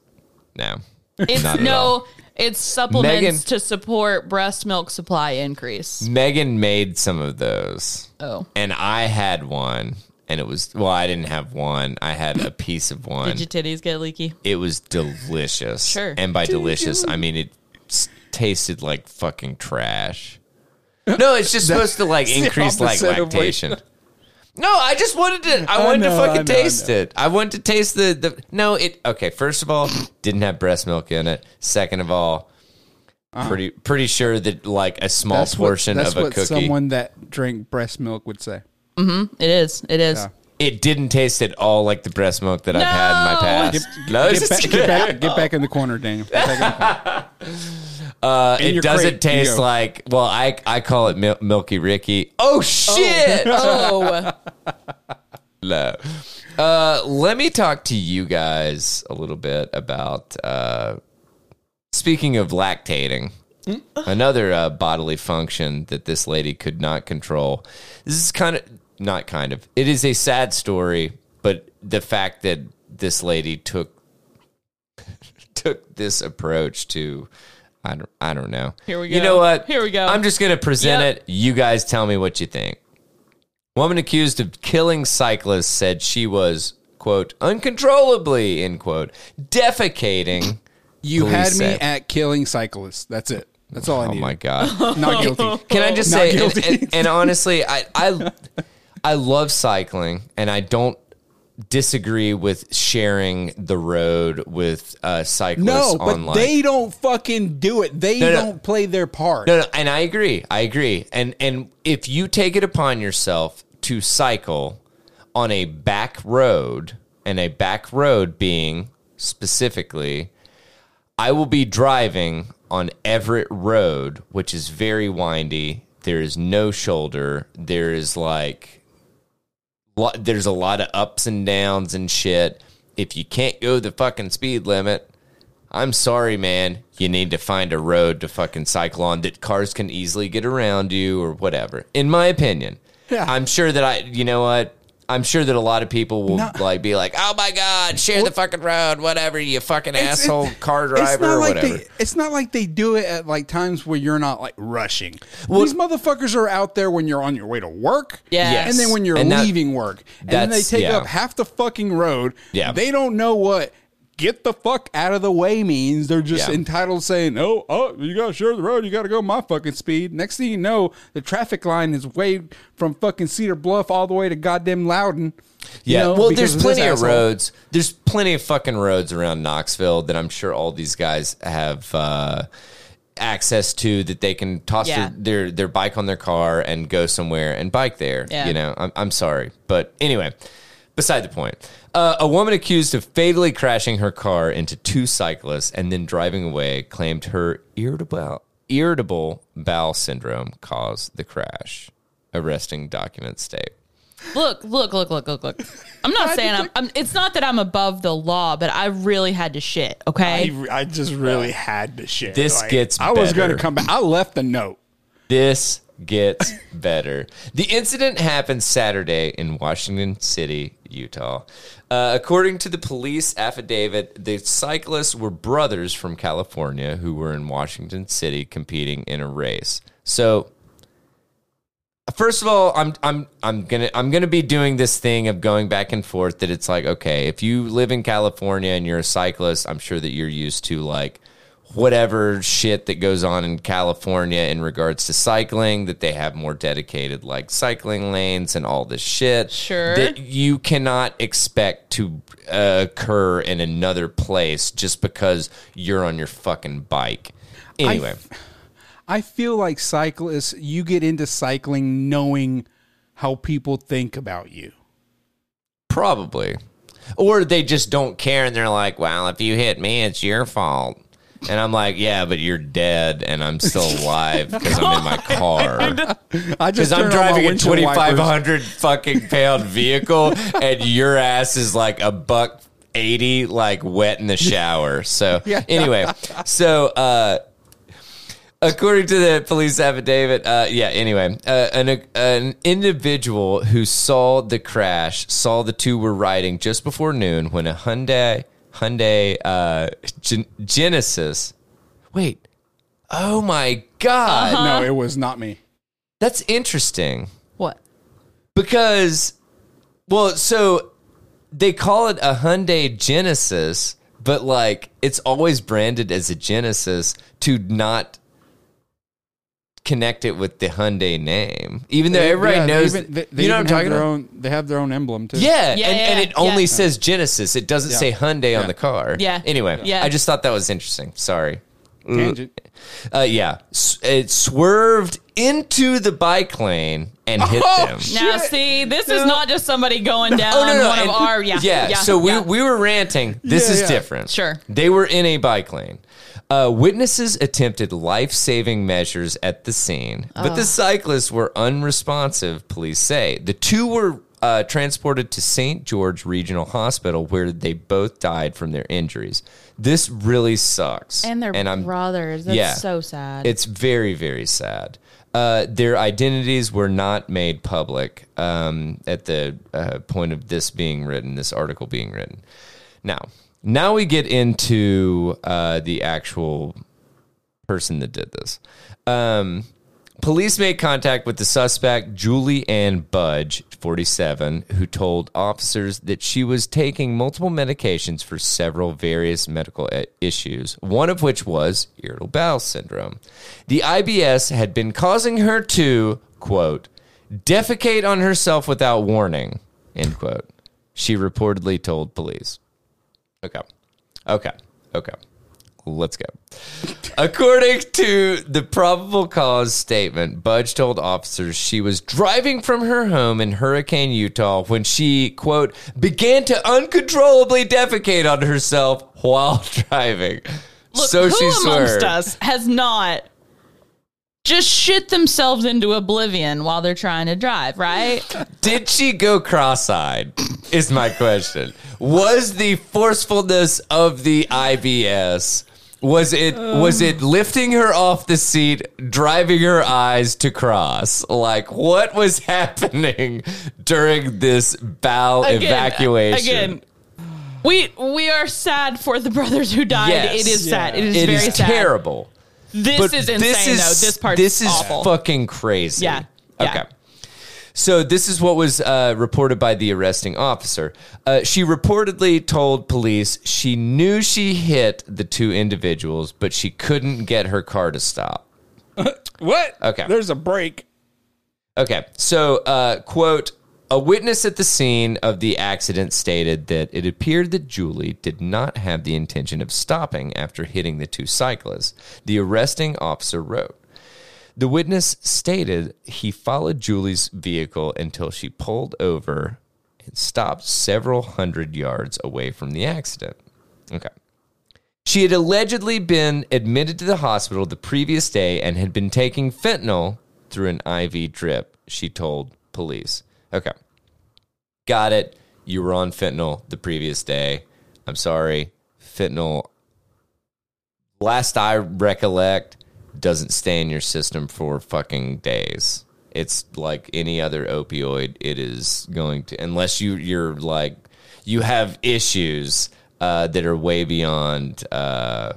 Speaker 2: No.
Speaker 3: It's
Speaker 2: Not at all.
Speaker 3: no, it's supplements
Speaker 2: Megan-
Speaker 3: to support breast milk supply increase.
Speaker 2: Megan made some of those.
Speaker 3: Oh.
Speaker 2: And I had one. And it was, well, I didn't have one. I had a piece of one.
Speaker 3: Did your titties get leaky?
Speaker 2: it was delicious.
Speaker 3: Sure.
Speaker 2: And by delicious, I mean it s- tasted like fucking trash. No, it's just supposed to like
Speaker 1: the
Speaker 2: increase like
Speaker 1: opposite of what-
Speaker 2: lactation. No, I just wanted to. I
Speaker 1: I
Speaker 2: wanted
Speaker 1: know,
Speaker 2: to
Speaker 1: I
Speaker 2: fucking
Speaker 1: know, I
Speaker 2: taste
Speaker 1: know.
Speaker 2: it. I wanted to taste the the. No, it okay. First of all, didn't have breast milk in it. Second of all, pretty pretty sure that like a small portion
Speaker 1: what, Uh-huh. that's
Speaker 2: of a
Speaker 1: what
Speaker 2: cookie.
Speaker 1: someone that drank breast milk would say.
Speaker 3: It is. It is.
Speaker 1: Yeah.
Speaker 2: It didn't taste at all like the breast milk that I've had in my
Speaker 3: No!
Speaker 2: past.
Speaker 1: Get-
Speaker 2: No, it's
Speaker 1: Get back,
Speaker 2: just-
Speaker 1: get, back, get back in the corner, Daniel. Get back in the corner.
Speaker 2: Uh,
Speaker 1: your
Speaker 2: it doesn't
Speaker 1: crate, you
Speaker 2: taste
Speaker 1: go.
Speaker 2: like. Well, I I call it mil- Milky Ricky. Oh shit!
Speaker 3: Oh,
Speaker 2: no. Uh, let me talk to you guys a little bit about. Uh, speaking of lactating, another uh, bodily function that this lady could not control. This is kind of not kind of. It is a sad story, but the fact that this lady took took this approach to. I don't, I don't know.
Speaker 3: Here we
Speaker 2: You
Speaker 3: go.
Speaker 2: know what?
Speaker 3: Here we go.
Speaker 2: I'm just going to present
Speaker 3: Yep.
Speaker 2: it. You guys tell me what you think. Woman accused of killing cyclist said she was, quote, uncontrollably, end quote, defecating.
Speaker 1: You
Speaker 2: Police
Speaker 1: had me
Speaker 2: say.
Speaker 1: at killing cyclists. That's it. That's all I
Speaker 2: Oh
Speaker 1: need.
Speaker 2: my God.
Speaker 1: Not guilty.
Speaker 2: Can I just
Speaker 1: Not
Speaker 2: say, and,
Speaker 1: guilty.
Speaker 2: and- and honestly, I, I, I love cycling and I don't disagree with sharing the road with uh, cyclists
Speaker 1: No, but
Speaker 2: online.
Speaker 1: they don't fucking do it. They
Speaker 2: no.
Speaker 1: don't play their part.
Speaker 2: No, no, and I agree. I agree. And and if you take it upon yourself to cycle on a back road, and a back road being specifically, I will be driving on Everett Road, which is very windy. There is no shoulder. There is like lo- there's a lot of ups and downs and shit. If you can't go the fucking speed limit, I'm sorry, man. You need to find a road to fucking cycle on that cars can easily get around you or whatever. In my opinion,
Speaker 1: Yeah.
Speaker 2: I'm sure that I, you know what? I'm sure that a lot of people will
Speaker 1: No.
Speaker 2: like be like, "Oh my god, share the fucking road, whatever you fucking
Speaker 1: It's-
Speaker 2: asshole
Speaker 1: it's-
Speaker 2: car
Speaker 1: it's
Speaker 2: driver
Speaker 1: not
Speaker 2: or
Speaker 1: like
Speaker 2: whatever."
Speaker 1: They, it's not like they do it at like times where you're not like rushing. These motherfuckers are out there when you're on your way to work,
Speaker 3: Yeah.
Speaker 1: and then when you're
Speaker 2: And that-
Speaker 1: leaving work, and then they
Speaker 2: that's-
Speaker 1: take
Speaker 2: yeah.
Speaker 1: up half the fucking road.
Speaker 2: Yeah.
Speaker 1: they don't know what "get the fuck out of the way" means. They're just
Speaker 2: Yeah.
Speaker 1: entitled saying, "Oh, oh, you gotta share the road. You gotta go my fucking speed." Next thing you know, the traffic line is way from fucking Cedar Bluff all the way to goddamn Loudon. you
Speaker 2: Yeah.
Speaker 1: know,
Speaker 2: well,
Speaker 1: because
Speaker 2: there's
Speaker 1: this
Speaker 2: plenty of
Speaker 1: asshole.
Speaker 2: roads. There's plenty of fucking roads around Knoxville that I'm sure all these guys have uh, access to that they can toss
Speaker 3: Yeah.
Speaker 2: their, their their bike on their car and go somewhere and bike there.
Speaker 3: Yeah.
Speaker 2: You know, I'm, I'm sorry, but anyway, beside the point. Uh, a woman accused of fatally crashing her car into two cyclists and then driving away claimed her irritable irritable bowel syndrome caused the crash. Arresting documents state.
Speaker 3: look, look, look, look, look, look. I'm not saying I'm, I'm. It's not that I'm above the law, but I really had to shit. Okay.
Speaker 1: I, I just really had to shit.
Speaker 2: This gets
Speaker 1: I was going to
Speaker 2: better.
Speaker 1: come back. I left the note.
Speaker 2: This gets better. the incident happened Saturday in Washington City, Utah. Uh, according to the police affidavit, the cyclists were brothers from California who were in Washington City competing in a race. So, first of all, I'm I'm I'm gonna I'm gonna be doing this thing of going back and forth. That it's like, okay, if you live in California and you're a cyclist, I'm sure that you're used to like whatever shit that goes on in California in regards to cycling, that they have more dedicated like cycling lanes and all this shit.
Speaker 3: Sure.
Speaker 2: That you cannot expect to uh, occur in another place just because you're on your fucking bike. Anyway,
Speaker 1: I feel like cyclists, you get into cycling knowing how people think about you.
Speaker 2: probably. Or they just don't care and they're like, well, if you hit me, it's your fault. And I'm like, yeah, but you're dead and I'm still alive because I'm in my car.
Speaker 1: I just
Speaker 2: Because I'm
Speaker 1: turned on my
Speaker 2: driving a
Speaker 1: windshield wipers.
Speaker 2: 2,500 fucking pound vehicle, and your ass is like a buck 80, like wet in the shower. So, anyway, so, uh, According to the police affidavit, uh, yeah, anyway, uh, an, an individual who saw the crash saw the two were riding just before noon when a Hyundai, Hyundai uh, Gen- Genesis. Wait. Oh my God.
Speaker 1: No, it was not me.
Speaker 2: That's interesting
Speaker 3: What?
Speaker 2: because, well, so they call it a Hyundai Genesis, but like it's always branded as a Genesis to not connect it with the Hyundai name, even though everybody
Speaker 1: Yeah, they
Speaker 2: knows.
Speaker 1: even- they- they
Speaker 2: you know what
Speaker 1: even have
Speaker 2: I'm talking
Speaker 1: their
Speaker 2: about?
Speaker 1: Own, they have their own emblem too.
Speaker 2: Yeah,
Speaker 3: Yeah,
Speaker 2: and,
Speaker 3: yeah,
Speaker 2: and it
Speaker 3: yeah.
Speaker 2: only says Genesis. It doesn't
Speaker 1: Yeah.
Speaker 2: say Hyundai on
Speaker 1: Yeah.
Speaker 2: the car.
Speaker 3: Yeah.
Speaker 2: Anyway,
Speaker 3: Yeah.
Speaker 2: I just thought that was interesting. Sorry.
Speaker 1: Tangent.
Speaker 2: Uh, yeah, S- it swerved into the bike lane and hit
Speaker 1: Oh,
Speaker 2: them.
Speaker 3: Now, see, this is not just somebody going down one
Speaker 2: Oh, and-
Speaker 3: of our. Yeah.
Speaker 2: yeah. So we,
Speaker 3: yeah.
Speaker 2: we were ranting. This
Speaker 1: Yeah,
Speaker 2: is
Speaker 1: yeah.
Speaker 2: different.
Speaker 3: Sure.
Speaker 2: They were in a bike lane. Uh, witnesses attempted life saving measures at the scene, but the cyclists were unresponsive, police say. The two were uh, transported to St. George Regional Hospital, where they both died from their injuries. This really sucks.
Speaker 4: And they're
Speaker 2: I'm-
Speaker 4: brothers. That's
Speaker 2: yeah.
Speaker 4: so sad.
Speaker 2: it's very, very sad. Uh, their identities were not made public um, at the uh, point of this being written, this article being written. Now, now we get into uh, the actual person that did this. Um, police made contact with the suspect, Julie Ann Budge, 47, who told officers that she was taking multiple medications for several various medical i- issues, one of which was irritable bowel syndrome. The IBS had been causing her to, quote, defecate on herself without warning, end quote. She reportedly told police. Okay. Okay. Okay. Let's go. According to the probable cause statement, Budge told officers she was driving from her home in Hurricane, Utah when she, quote, began to uncontrollably defecate on herself while driving.
Speaker 3: Look,
Speaker 2: so
Speaker 3: who
Speaker 2: she
Speaker 3: amongst
Speaker 2: swerved.
Speaker 3: us has not just shit themselves into oblivion while they're trying to drive, right?
Speaker 2: Did she go cross-eyed? Is my question. Was the forcefulness of the IBS was it was it lifting her off the seat, driving her eyes to cross? Like what was happening during this bowel
Speaker 3: Again,
Speaker 2: evacuation?
Speaker 3: Again, we we are sad for the brothers who died.
Speaker 2: Yes.
Speaker 3: It is sad. It is
Speaker 2: It
Speaker 3: very
Speaker 2: is
Speaker 3: sad.
Speaker 2: terrible.
Speaker 3: This is insane though. This part
Speaker 2: this is
Speaker 3: awful.
Speaker 2: fucking crazy.
Speaker 3: Yeah. Yeah.
Speaker 2: Okay. So this is what was uh, reported by the arresting officer. Uh, she reportedly told police she knew she hit the two individuals, but she couldn't get her car to stop.
Speaker 1: What?
Speaker 2: Okay.
Speaker 1: There's a break.
Speaker 2: Okay. So, uh, quote, a witness at the scene of the accident stated that it appeared that Julie did not have the intention of stopping after hitting the two cyclists, the arresting officer wrote. The witness stated he followed Julie's vehicle until she pulled over and stopped several hundred yards away from the accident. Okay. She had allegedly been admitted to the hospital the previous day and had been taking fentanyl through an IV drip, she told police. Okay. Got it. You were on fentanyl the previous day. I'm sorry. Fentanyl, last I recollect, doesn't stay in your system for fucking days. It's like any other opioid. It is going to, unless you, you're like, you have issues uh, that are way beyond uh,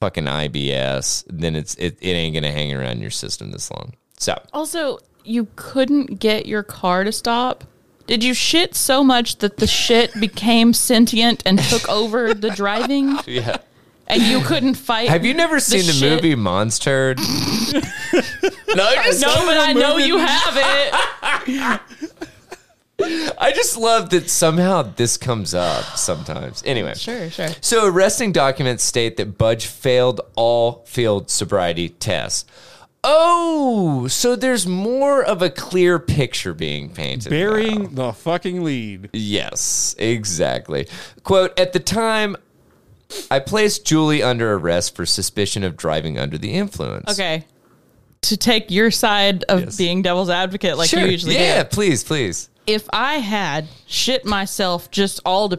Speaker 2: fucking IBS, then it's it, it ain't going to hang around your system this long. So,
Speaker 3: Also, you couldn't get your car to stop. Did you shit so much that the shit became sentient and took over the driving?
Speaker 2: yeah.
Speaker 3: And you couldn't fight.
Speaker 2: Have you never seen the,
Speaker 3: shit-
Speaker 2: movie Monster? no, I just,
Speaker 3: No, but I know you have it.
Speaker 2: I just love that somehow this comes up sometimes. Anyway,
Speaker 3: sure, sure.
Speaker 2: So arresting documents state that Budge failed all field sobriety tests. Oh, so there's more of a clear picture being painted. now.
Speaker 1: Burying the fucking lead.
Speaker 2: Yes, exactly. Quote At the time, I placed Julie under arrest for suspicion of driving under the influence.
Speaker 3: Okay. To take your side of
Speaker 2: Yes.
Speaker 3: being devil's advocate, like
Speaker 2: Sure.
Speaker 3: you usually
Speaker 2: yeah,
Speaker 3: do,
Speaker 2: please, please.
Speaker 3: if I had shit myself just all to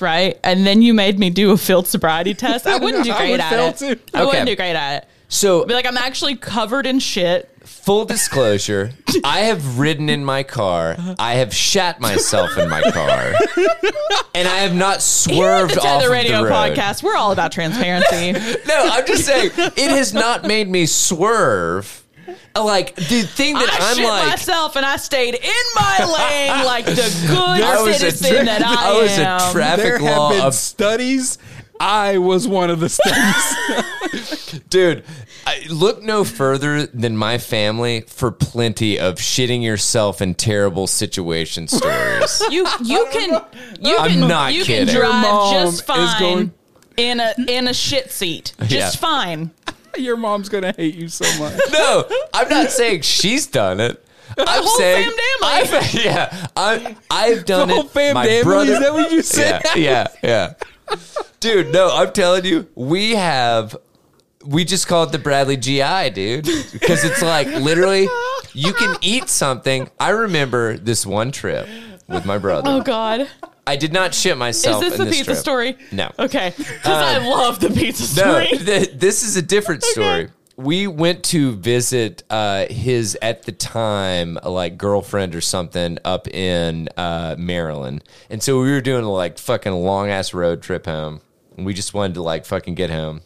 Speaker 3: right, and then you made me do a field sobriety test, I wouldn't do
Speaker 1: I
Speaker 3: great
Speaker 1: would
Speaker 3: at
Speaker 1: fail
Speaker 3: it.
Speaker 1: too.
Speaker 3: I
Speaker 2: Okay.
Speaker 3: wouldn't do great at it. Be
Speaker 2: So,
Speaker 3: like, I'm actually covered in shit.
Speaker 2: full disclosure,
Speaker 5: I have ridden in my car. I have shat myself in my car,
Speaker 2: and I have not
Speaker 3: Here at
Speaker 2: swerved
Speaker 3: the
Speaker 2: off
Speaker 3: Tether
Speaker 2: of
Speaker 3: Radio
Speaker 2: the road.
Speaker 3: podcast, we're all about transparency.
Speaker 2: No, I'm just saying it has not made me swerve. Like the thing that
Speaker 3: I
Speaker 2: am
Speaker 3: shit
Speaker 2: like,
Speaker 3: myself and I stayed in my lane like the good
Speaker 2: I was a
Speaker 3: citizen
Speaker 2: tra-
Speaker 3: that I,
Speaker 2: I was a
Speaker 3: am.
Speaker 2: traffic-
Speaker 1: There have
Speaker 2: law
Speaker 1: been
Speaker 2: of-
Speaker 1: studies. I was one of the studies.
Speaker 2: dude, I, look no further than my family for plenty of shitting yourself in terrible situation stories.
Speaker 3: you you can you
Speaker 2: I'm
Speaker 3: can
Speaker 2: not
Speaker 3: you
Speaker 2: kidding.
Speaker 3: can
Speaker 2: Your
Speaker 3: drive
Speaker 1: mom
Speaker 3: just
Speaker 1: is
Speaker 3: fine
Speaker 1: going-
Speaker 3: in a in a shit seat. Just
Speaker 2: Yeah.
Speaker 3: fine.
Speaker 1: Your mom's gonna hate you so much.
Speaker 2: no, I'm not saying she's done it. I'm
Speaker 3: whole
Speaker 2: saying,
Speaker 3: fam family.
Speaker 2: I've- yeah, I, I've done
Speaker 1: The whole
Speaker 2: it.
Speaker 1: fam
Speaker 2: my
Speaker 1: family.
Speaker 2: brother,
Speaker 1: Is that what you said?
Speaker 2: yeah, yeah, yeah. Dude, no, I'm telling you, we have. We just call it the Bradley GI, dude, because it's like literally you can eat something. I remember this one trip with my brother.
Speaker 3: Oh god.
Speaker 2: I did not shit
Speaker 3: Is
Speaker 2: myself.
Speaker 3: this
Speaker 2: in
Speaker 3: the
Speaker 2: this
Speaker 3: pizza
Speaker 2: trip.
Speaker 3: story?
Speaker 2: No. Uh,
Speaker 3: Okay. Because I love the pizza
Speaker 2: No,
Speaker 3: story.
Speaker 2: th- this is a different story. We went to visit uh, his at the time like girlfriend or something up in uh, Maryland, and so we were doing a like fucking long ass road trip home, and we just wanted to like fucking get home.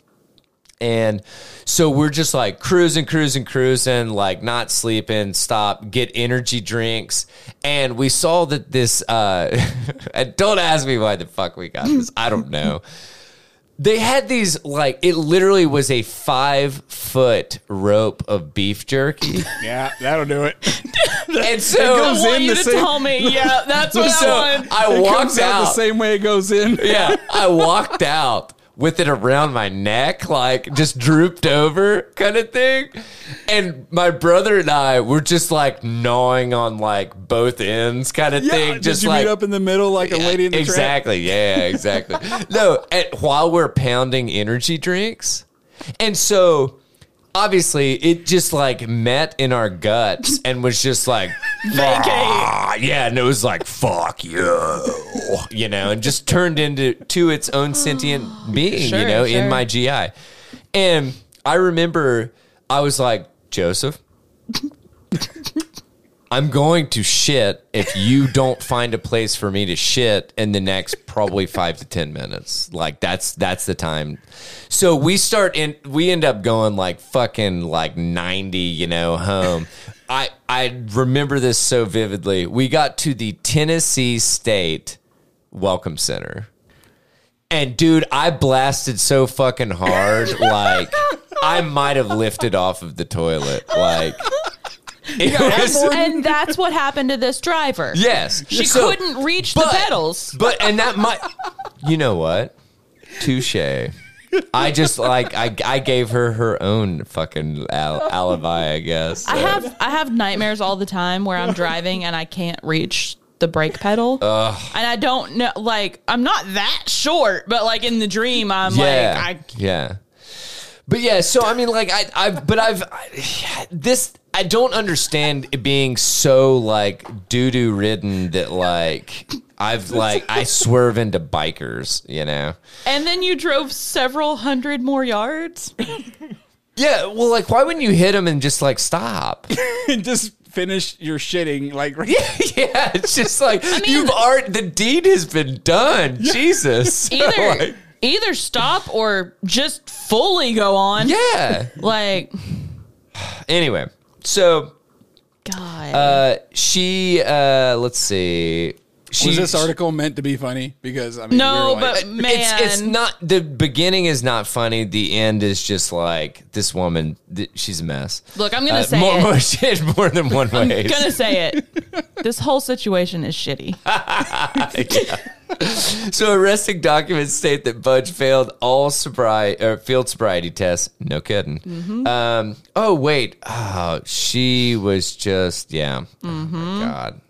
Speaker 2: And so we're just like cruising, cruising, cruising, like not sleeping, stop, get energy drinks. And we saw that this, uh, and don't ask me why the fuck we got this. I don't know. They had these, like, it literally was a five foot rope of beef jerky.
Speaker 1: Yeah, that'll do it.
Speaker 2: And
Speaker 3: I
Speaker 2: so,
Speaker 1: goes
Speaker 3: want
Speaker 1: in
Speaker 3: you
Speaker 1: the
Speaker 3: to
Speaker 1: same-
Speaker 3: tell me. Yeah, that's what
Speaker 2: so
Speaker 3: I want.
Speaker 2: I
Speaker 1: it
Speaker 2: walked
Speaker 1: comes out, the
Speaker 2: out.
Speaker 1: same way it goes in.
Speaker 2: yeah, I walked out with it around my neck, like just drooped over kind of thing. And my brother and I were just like gnawing on like both ends kind of
Speaker 1: Yeah,
Speaker 2: thing.
Speaker 1: did
Speaker 2: Just
Speaker 1: you
Speaker 2: like
Speaker 1: meet up in the middle like a lady in the trap?
Speaker 2: exactly. Yeah, exactly. no, at, while we're pounding energy drinks, and so obviously it just like met in our guts and was just like. "Ah," yeah, and it was like "fuck you," you know, and just turned into to its own sentient being, you
Speaker 3: Sure,
Speaker 2: know, in
Speaker 3: sure.
Speaker 2: my GI. And I remember I was like, Joseph, I'm going to shit if you don't find a place for me to shit in the next probably five to ten minutes. Like that's that's the time. So we start in we end up going like fucking like ninety, you know, home. I I remember this so vividly. We got to the Tennessee State Welcome Center. And dude, I blasted so fucking hard, like I might have lifted off of the toilet. Like it was-
Speaker 3: and that's what happened to this driver.
Speaker 2: Yes.
Speaker 3: She
Speaker 2: So-
Speaker 3: couldn't reach
Speaker 2: but-
Speaker 3: the pedals.
Speaker 2: But and that might You know what? Touche. I just like I I gave her her own fucking al- alibi, I guess.
Speaker 3: I have I have nightmares all the time where I'm driving and I can't reach the brake pedal. And I don't know like I'm not that short, but like in the dream I'm
Speaker 2: yeah.
Speaker 3: like I
Speaker 2: yeah. But yeah, so I mean like I I've but I've I, this I don't understand it being so like doo-doo ridden that like I've like I swerve into bikers, you know.
Speaker 3: and then you drove several hundred more yards.
Speaker 2: Yeah, well like why wouldn't you hit him and just like stop?
Speaker 1: And just finish your shitting like right
Speaker 2: yeah, it's just like
Speaker 3: mean-
Speaker 2: you've art the deed has been done. Jesus.
Speaker 3: Either
Speaker 2: Like,
Speaker 3: either stop or just fully go on.
Speaker 2: yeah.
Speaker 3: Like
Speaker 2: Anyway, so
Speaker 3: God.
Speaker 2: uh she uh let's see. She,
Speaker 1: Was this article meant to be funny? Because I mean, we
Speaker 3: no,
Speaker 1: were like,
Speaker 3: but man
Speaker 2: It's it's not the beginning is not funny. The end is just like this woman. Th- she's a mess.
Speaker 3: Look, I'm gonna
Speaker 2: Uh,
Speaker 3: say
Speaker 2: more,
Speaker 3: it.
Speaker 2: more shit more than one way.
Speaker 3: gonna say it. This whole situation is shitty.
Speaker 2: So arresting documents state that Budge failed all sobriety or field sobriety tests. No kidding.
Speaker 3: Mm-hmm.
Speaker 2: Um, oh wait, oh, she was just yeah. Oh
Speaker 3: Mm-hmm.
Speaker 2: my god.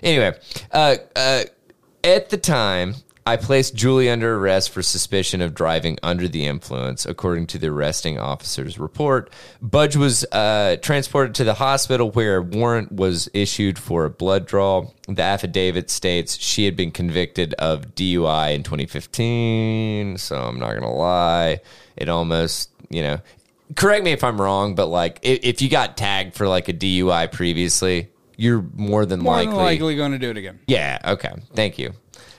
Speaker 2: Anyway, uh, uh, at the time, I placed Julie under arrest for suspicion of driving under the influence, according to the arresting officer's report. Budge was uh, transported to the hospital where a warrant was issued for a blood draw. The affidavit states she had been convicted of DUI in 2015, so I'm not going to lie. It almost, you know, correct me if I'm wrong, but like if, if you got tagged for like a DUI previously, you're more than
Speaker 1: More
Speaker 2: likely.
Speaker 1: than likely going to do it again.
Speaker 2: Yeah. Okay. Thank you.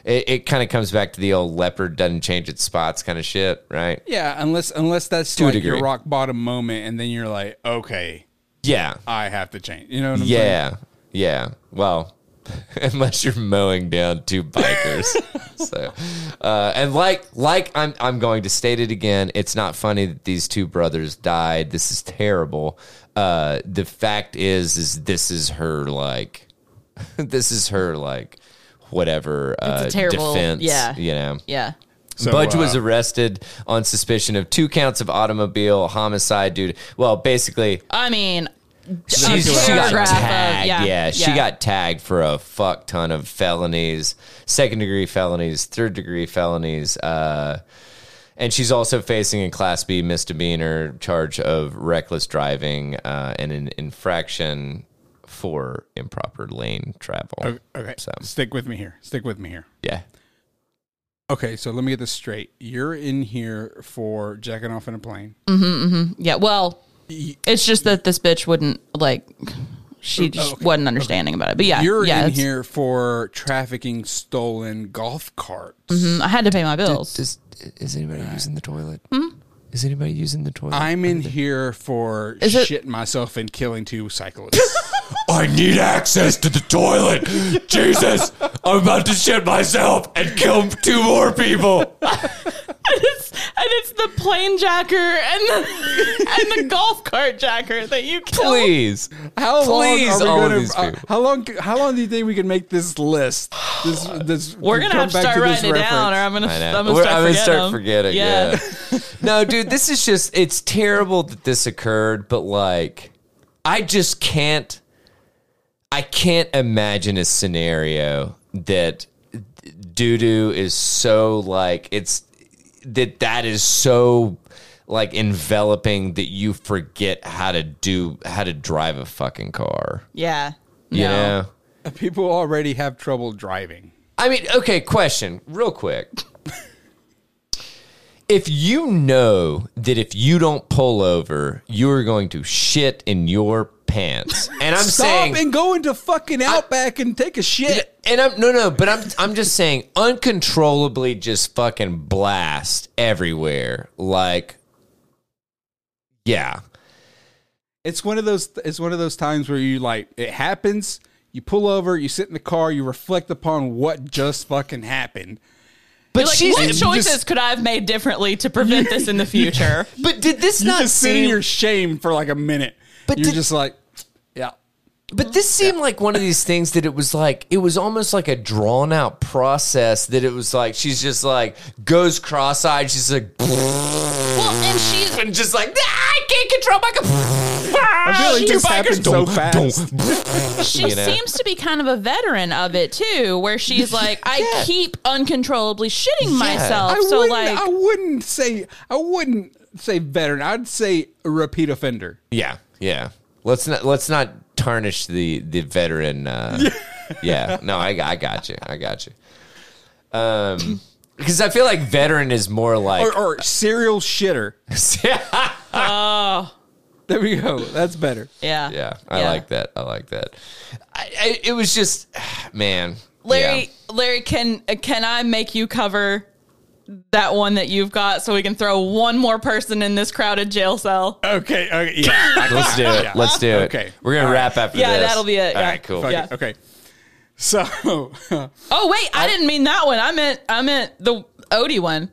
Speaker 2: It, it kind of comes back to the old leopard doesn't change its spots kind of shit, right?
Speaker 1: Yeah, unless unless that's
Speaker 2: a
Speaker 1: like your
Speaker 2: degree.
Speaker 1: rock bottom moment, and then you're like, okay,
Speaker 2: Yeah.
Speaker 1: I have to change. You know what I'm saying?
Speaker 2: Yeah. Yeah. Well, unless you're mowing down two bikers. so, uh, and like, like I'm, I'm going to state it again. It's not funny that these two brothers died. This is terrible. Uh, the fact is, is this is her like, this is her like, whatever. Uh,
Speaker 3: a terrible-
Speaker 2: defense.
Speaker 3: yeah.
Speaker 2: You know.
Speaker 3: Yeah.
Speaker 1: So,
Speaker 2: Budge
Speaker 1: uh,
Speaker 2: was arrested on suspicion of two counts of automobile homicide due to, well, basically,
Speaker 3: I mean,
Speaker 2: she's,
Speaker 3: a
Speaker 2: she got
Speaker 3: paragraph of-
Speaker 2: tagged.
Speaker 3: yeah,
Speaker 2: yeah, she
Speaker 3: yeah.
Speaker 2: got tagged for a fuck ton of felonies, second degree felonies, third degree felonies. Uh, and she's also facing a Class B misdemeanor charge of reckless driving uh, and an infraction for improper lane travel.
Speaker 1: okay,
Speaker 2: So,
Speaker 1: stick with me here. Stick with me here.
Speaker 2: yeah.
Speaker 1: Okay, so let me get this straight. You're in here for jacking off in a plane.
Speaker 2: Mm.
Speaker 3: yeah. Well, it's just that this bitch wouldn't like. She just wasn't understanding about it. But yeah,
Speaker 1: You're
Speaker 3: yeah,
Speaker 1: in
Speaker 3: it's-
Speaker 1: here for trafficking stolen golf carts.
Speaker 3: mm, I had to pay my bills.
Speaker 2: Does, is anybody using the toilet?
Speaker 3: Hmm?
Speaker 2: Is anybody using the toilet?
Speaker 1: I'm in here for
Speaker 3: Is it-
Speaker 1: shitting myself and killing two cyclists.
Speaker 2: I need access to the toilet. Jesus, I'm about to shit myself and kill two more people.
Speaker 3: it's, and it's the plane jacker and the and the golf cart jacker that you killed.
Speaker 2: Please,
Speaker 1: how
Speaker 2: Please,
Speaker 1: long are we
Speaker 2: all of
Speaker 1: gonna,
Speaker 2: these
Speaker 1: uh,
Speaker 2: people.
Speaker 1: how long? How long do you think we can make this list? This, this
Speaker 3: We're gonna
Speaker 1: come
Speaker 3: have to
Speaker 1: back
Speaker 3: start
Speaker 1: this
Speaker 3: writing it down,
Speaker 1: reference?
Speaker 3: or I'm gonna,
Speaker 2: I know.
Speaker 3: I'm gonna
Speaker 2: We're-
Speaker 3: start,
Speaker 2: I'm gonna
Speaker 3: forgetting
Speaker 2: start
Speaker 3: them.
Speaker 2: forgetting. Yeah. no, dude, this is just—it's terrible that this occurred, but like, I just can't. I can't imagine a scenario that doo-doo is so like it's that that is so like enveloping that you forget how to do how to drive a fucking car.
Speaker 3: yeah,
Speaker 2: You
Speaker 3: No.
Speaker 2: know?
Speaker 1: People already have trouble driving.
Speaker 2: I mean, okay, question, real quick. if you know that if you don't pull over, you're going to shit in your pants, and I'm
Speaker 1: Stop
Speaker 2: saying
Speaker 1: and go into fucking Outback and take a shit.
Speaker 2: and I'm no no, but I'm I'm just saying uncontrollably just fucking blast everywhere. Like yeah.
Speaker 1: It's one of those. It's one of those times where you like it happens. You pull over. You sit in the car. You reflect upon what just fucking happened.
Speaker 2: But
Speaker 3: You're like,
Speaker 2: she's-
Speaker 3: what
Speaker 2: you
Speaker 3: choices
Speaker 2: just-
Speaker 3: could I have made differently to prevent this in the future?
Speaker 2: but did this
Speaker 1: You
Speaker 2: not
Speaker 1: just sit in
Speaker 2: seem
Speaker 1: your shame for like a minute. But
Speaker 2: But
Speaker 1: you're
Speaker 2: did-
Speaker 1: just like, yeah.
Speaker 2: But this seemed like one of these things that it was like it was almost like a drawn out process that it was like she's just like goes cross eyed she's like
Speaker 3: well, and she's
Speaker 2: and just like "Ah, I can't control my com-"
Speaker 1: I feel like
Speaker 2: Two
Speaker 1: this
Speaker 2: bikers,
Speaker 1: happened so
Speaker 2: dum,
Speaker 1: fast.
Speaker 3: she
Speaker 2: You know?
Speaker 3: seems to be kind of a veteran of it too, where she's like, I keep uncontrollably shitting myself.
Speaker 1: I
Speaker 3: so
Speaker 1: wouldn't.
Speaker 3: like,
Speaker 1: I wouldn't say. I wouldn't say veteran. I'd say repeat offender.
Speaker 2: yeah yeah let's not let's not tarnish the the veteran uh, yeah no I, I got you I got you um because I feel like veteran is more like
Speaker 1: Or, or serial shitter. There we go. That's better.
Speaker 3: yeah,
Speaker 2: yeah I like that I like that I, I, it was just man
Speaker 3: Larry,
Speaker 2: yeah.
Speaker 3: Larry, can can I make you cover that one that you've got so we can throw one more person in this crowded jail cell?
Speaker 1: Okay. Okay. Yeah.
Speaker 2: Let's do it. Let's do it.
Speaker 1: Okay.
Speaker 2: We're gonna wrap after
Speaker 3: Yeah,
Speaker 2: this.
Speaker 3: that'll be it,
Speaker 2: All
Speaker 3: yeah.
Speaker 2: right, cool.
Speaker 1: Fuck it,
Speaker 3: Yeah.
Speaker 1: Okay. So
Speaker 3: Oh wait, I, didn't mean that one. I meant I meant the Odie one.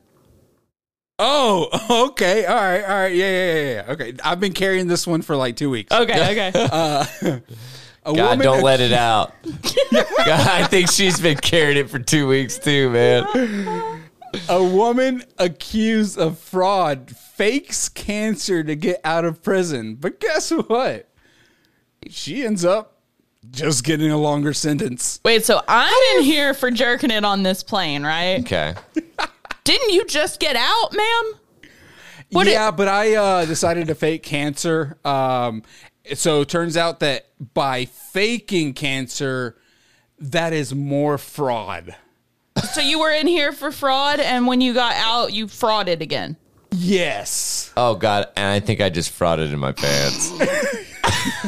Speaker 1: Oh, okay. All right. All right. Yeah, yeah, yeah, yeah. Okay. I've been carrying this one for like two weeks.
Speaker 3: Okay, okay.
Speaker 1: A
Speaker 2: God,
Speaker 1: woman-
Speaker 2: don't let it out. God, I think she's been carrying it for two weeks too, man.
Speaker 1: A woman accused of fraud fakes cancer to get out of prison. But guess what? She ends up just getting a longer sentence.
Speaker 3: wait, so I'm in here for jerking it on this plane, right?
Speaker 2: Okay.
Speaker 3: Didn't you just get out, ma'am? What it-
Speaker 1: yeah, but I uh, decided to fake cancer. Um, so it turns out that by faking cancer, that is more fraud.
Speaker 3: So you were in here for fraud, and when you got out, you frauded again.
Speaker 1: Yes.
Speaker 2: Oh god, and I think I just frauded in my pants. and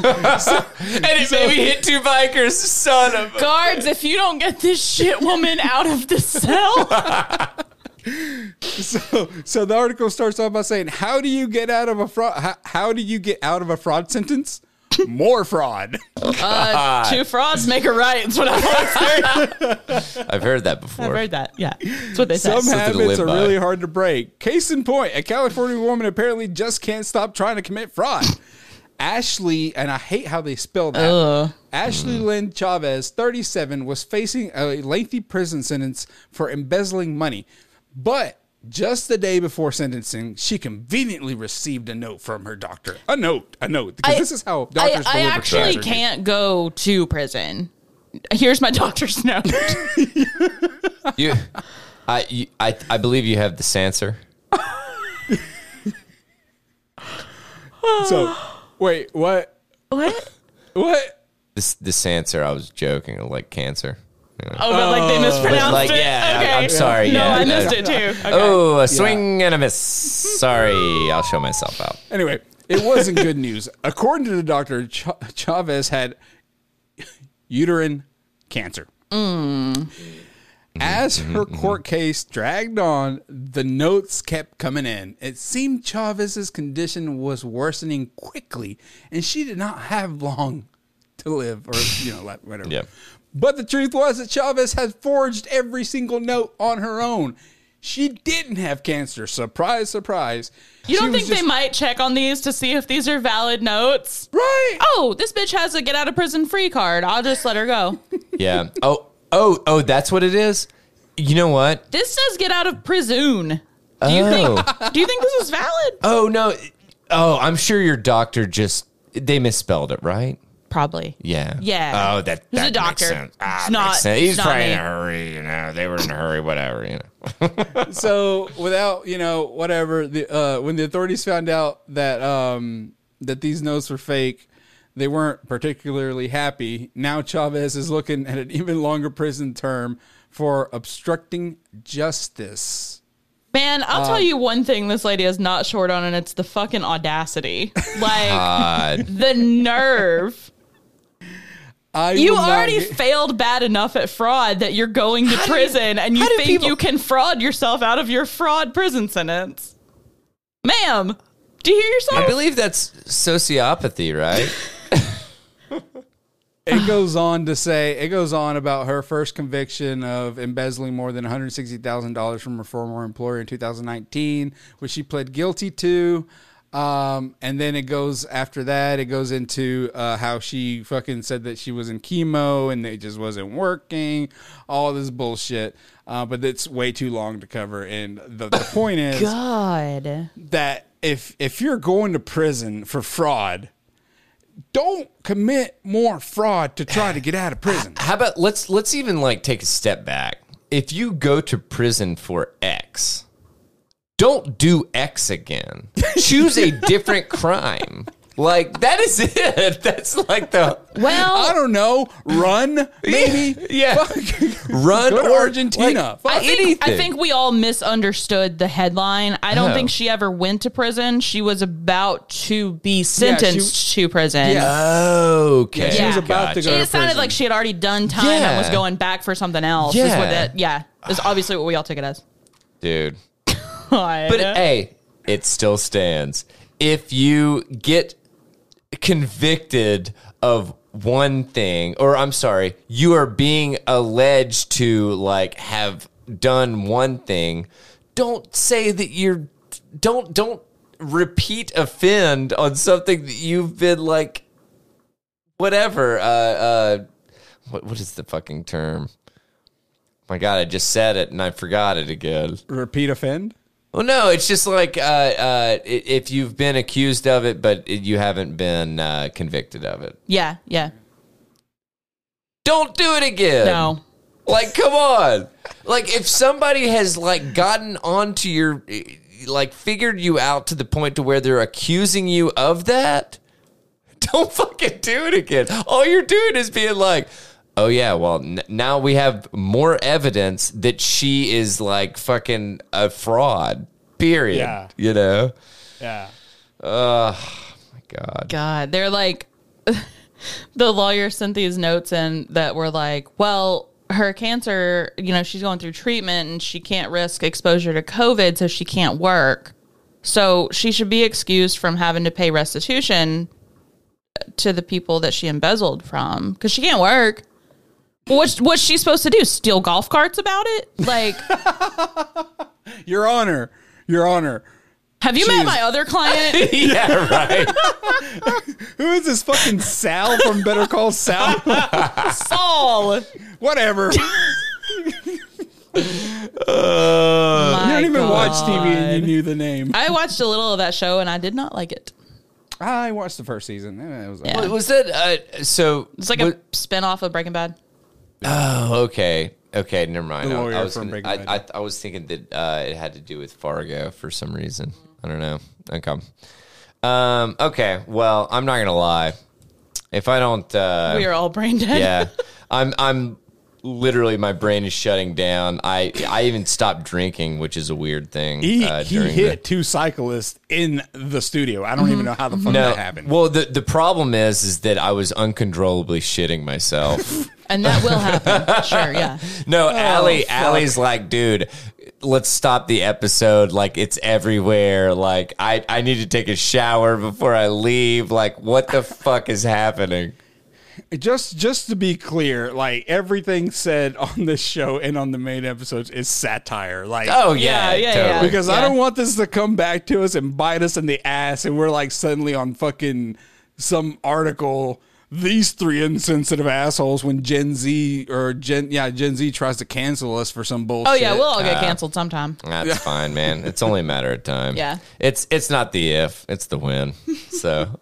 Speaker 2: it made me hit two bikers, son of a
Speaker 3: Guards, if you don't get this shit woman out of the cell,
Speaker 1: So, so the article starts off by saying, "How do you get out of a fraud? How, how do you get out of a fraud sentence? More fraud."
Speaker 3: uh, two frauds make a right. That's what I always
Speaker 2: I've heard that before.
Speaker 3: I've heard that. Yeah, that's what they say.
Speaker 1: Some habits
Speaker 2: live
Speaker 1: are
Speaker 2: by.
Speaker 1: really hard to break. Case in point, a California woman apparently just can't stop trying to commit fraud. Ashley, and I hate how they spell that. Ashley Lynn Chavez, 37, was facing a lengthy prison sentence for embezzling money. But just the day before sentencing, she conveniently received a note from her doctor. A note, a note. Because
Speaker 3: I-
Speaker 1: this is how
Speaker 3: I,
Speaker 1: doctors
Speaker 3: I
Speaker 1: deliver
Speaker 3: actually
Speaker 1: surgery.
Speaker 3: can't go to prison. Here's my doctor's note.
Speaker 2: You, I, you, I, I believe you have the Sanser.
Speaker 1: So, wait, what?
Speaker 3: what?
Speaker 1: What?
Speaker 2: This the Sanser. I was joking, like cancer. Yeah.
Speaker 3: Oh, but like they mispronounced
Speaker 2: like,
Speaker 3: it.
Speaker 2: yeah, I'm-
Speaker 3: okay.
Speaker 2: I'm sorry,
Speaker 3: No,
Speaker 2: yeah.
Speaker 3: I missed it too. Okay.
Speaker 2: Oh, a swing and a miss. Sorry, I'll show myself out.
Speaker 1: Anyway, it wasn't good news. According to the doctor, Ch- Chavez had uterine cancer. As her court case dragged on, the notes kept coming in. It seemed Chavez's condition was worsening quickly, and she did not have long to live, or you know, like, whatever.
Speaker 2: Yep.
Speaker 1: But the truth was that Chavez had forged every single note on her own. She didn't have cancer. Surprise, surprise.
Speaker 3: You
Speaker 1: She
Speaker 3: don't
Speaker 1: was
Speaker 3: think
Speaker 1: just-
Speaker 3: they might check on these to see if these are valid notes?
Speaker 1: Right.
Speaker 3: Oh, this bitch has a get out of prison free card. I'll just let her go.
Speaker 2: Yeah. Oh, oh, oh. That's what it is. You know what?
Speaker 3: This says get out of prison. Do you think do you think this is valid?
Speaker 2: Oh no. Oh, I'm sure your doctor just they misspelled it, right?
Speaker 3: Probably.
Speaker 2: Yeah.
Speaker 3: Yeah.
Speaker 2: Oh, that
Speaker 3: He's
Speaker 2: that
Speaker 3: a doctor.
Speaker 2: Makes sense. Ah,
Speaker 3: It's
Speaker 2: makes
Speaker 3: not-
Speaker 2: sense. He's
Speaker 3: it's not
Speaker 2: probably
Speaker 3: me.
Speaker 2: in a hurry. You know, they were in a hurry. Whatever. You know.
Speaker 1: so without you know whatever the uh, when the authorities found out that um, that these notes were fake they weren't particularly happy now chavez is looking at an even longer prison term for obstructing justice
Speaker 3: Man, I'll
Speaker 2: Um,
Speaker 3: tell you one thing this lady is not short on, and it's the fucking audacity.
Speaker 2: Uh,
Speaker 3: Like
Speaker 2: God.
Speaker 3: the nerve.
Speaker 1: I
Speaker 3: You
Speaker 1: will not
Speaker 3: already
Speaker 1: get-
Speaker 3: failed bad enough at fraud that you're going to prison and you
Speaker 2: how do
Speaker 3: think
Speaker 2: people-
Speaker 3: you can fraud yourself out of your fraud prison sentence. Ma'am, do you hear yourself?
Speaker 2: I believe that's sociopathy, right?
Speaker 1: it goes on to say it goes on about her first conviction of embezzling more than $160,000 from her former employer in 2019, which she pled guilty to. Um, and then it goes after that, it goes into uh, how she fucking said that she was in chemo and it just wasn't working, all this bullshit. Uh, but it's way too long to cover. And the, the point is
Speaker 3: God.
Speaker 1: that if if you're going to prison for fraud, don't commit more fraud to try to get out of prison.
Speaker 2: How about let's let's even like take a step back. If you go to prison for X, don't do X again. Choose a different crime. Like that is it. That's like the
Speaker 3: Well,
Speaker 1: I don't know. Run, maybe.
Speaker 2: yeah.
Speaker 1: Fuck.
Speaker 2: run
Speaker 1: Go to
Speaker 2: or
Speaker 1: Argentina.
Speaker 2: like,
Speaker 3: I think, I
Speaker 2: anything.
Speaker 3: think we all misunderstood the headline. I don't
Speaker 2: Oh.
Speaker 3: think she ever went to prison. She was about to be sentenced to prison.
Speaker 1: Yeah.
Speaker 2: Okay.
Speaker 1: She was
Speaker 3: Yeah.
Speaker 1: about to go.
Speaker 3: It
Speaker 1: to
Speaker 3: sounded
Speaker 1: prison.
Speaker 3: like she had already done time
Speaker 2: Yeah.
Speaker 3: and was going back for something else. Yeah. Is what
Speaker 2: Yeah.
Speaker 3: that, yeah. Is obviously what we all took it as.
Speaker 2: Dude.
Speaker 3: But
Speaker 2: But hey, it still stands. If you get convicted of one thing, or I'm sorry, you are being alleged to like have done one thing, don't say that you're don't don't repeat offend on something that you've been like whatever uh uh what what is the fucking term? My god, I just said it and I forgot it again.
Speaker 1: repeat offend.
Speaker 2: Well, no, it's just like uh, uh, i- if you've been accused of it, but it- you haven't been uh, convicted of it,
Speaker 3: yeah, yeah.
Speaker 2: don't do it again.
Speaker 3: No.
Speaker 2: like come on. Like if somebody has like gotten onto your, like figured you out to the point to where they're accusing you of that, don't fucking do it again. All you're doing is being like. Oh yeah, well n- now we have more evidence that she is like fucking a fraud. Period.
Speaker 1: Yeah.
Speaker 2: You know?
Speaker 1: Yeah.
Speaker 2: My God.
Speaker 3: God, they're like the lawyer sent these notes in that were like, well, her cancer, you know, she's going through treatment and she can't risk exposure to COVID, so she can't work. So she should be excused from having to pay restitution to the people that she embezzled from because she can't work. What's what's she supposed to do? Steal golf carts about it? Like,
Speaker 1: Your Honor, Your Honor,
Speaker 3: have you
Speaker 1: She's-
Speaker 3: met my other client?
Speaker 2: Yeah, right.
Speaker 1: who is this fucking Sal from Better Call Sal?
Speaker 3: Saul.
Speaker 1: Whatever. Uh, you
Speaker 3: My
Speaker 1: don't even
Speaker 3: God.
Speaker 1: watch TV and you knew the name.
Speaker 3: I watched a little of that show and I did not like it.
Speaker 1: I watched the first season. and It was
Speaker 3: Yeah.
Speaker 2: was that uh, so?
Speaker 3: It's like a spin off of Breaking Bad.
Speaker 2: Oh, okay. Okay, never mind.
Speaker 1: The
Speaker 2: I-
Speaker 1: lawyer
Speaker 2: I, was
Speaker 1: from
Speaker 2: gonna-
Speaker 1: Breaking
Speaker 2: I, I,
Speaker 1: Bad.
Speaker 2: I was thinking that uh, it had to do with Fargo for some reason. I don't know. Okay. Um, okay. Well, I'm not gonna lie. If I don't, uh,
Speaker 3: we are all brain dead.
Speaker 2: yeah, I'm. I'm literally my brain is shutting down. I I even stopped drinking, which is a weird thing.
Speaker 1: He,
Speaker 2: uh,
Speaker 1: he
Speaker 2: during the-
Speaker 1: hit two cyclists in the studio. I don't even know how the
Speaker 2: Mm-hmm.
Speaker 1: fuck that happened.
Speaker 2: Well, the the problem is is that I was uncontrollably shitting myself.
Speaker 3: And that will happen. sure, yeah.
Speaker 2: no,
Speaker 3: Oh,
Speaker 2: Allie,
Speaker 1: fuck.
Speaker 2: Allie's like, dude, let's stop the episode. Like it's everywhere. Like I I need to take a shower before I leave. Like what the fuck is happening?
Speaker 1: just just to be clear, like everything said on this show and on the main episodes is satire. Like
Speaker 2: Oh yeah,
Speaker 3: Yeah, yeah,
Speaker 2: totally.
Speaker 3: yeah.
Speaker 1: because I
Speaker 3: Yeah.
Speaker 1: don't want this to come back to us and bite us in the ass, and we're like suddenly on fucking some article. These three insensitive assholes when Gen Z or Gen yeah Gen Z tries to cancel us for some bullshit.
Speaker 3: Oh, yeah, we'll all
Speaker 2: Uh,
Speaker 3: get canceled sometime.
Speaker 2: That's fine, man. It's only a matter of time.
Speaker 3: Yeah.
Speaker 2: It's it's not the if, it's the when. So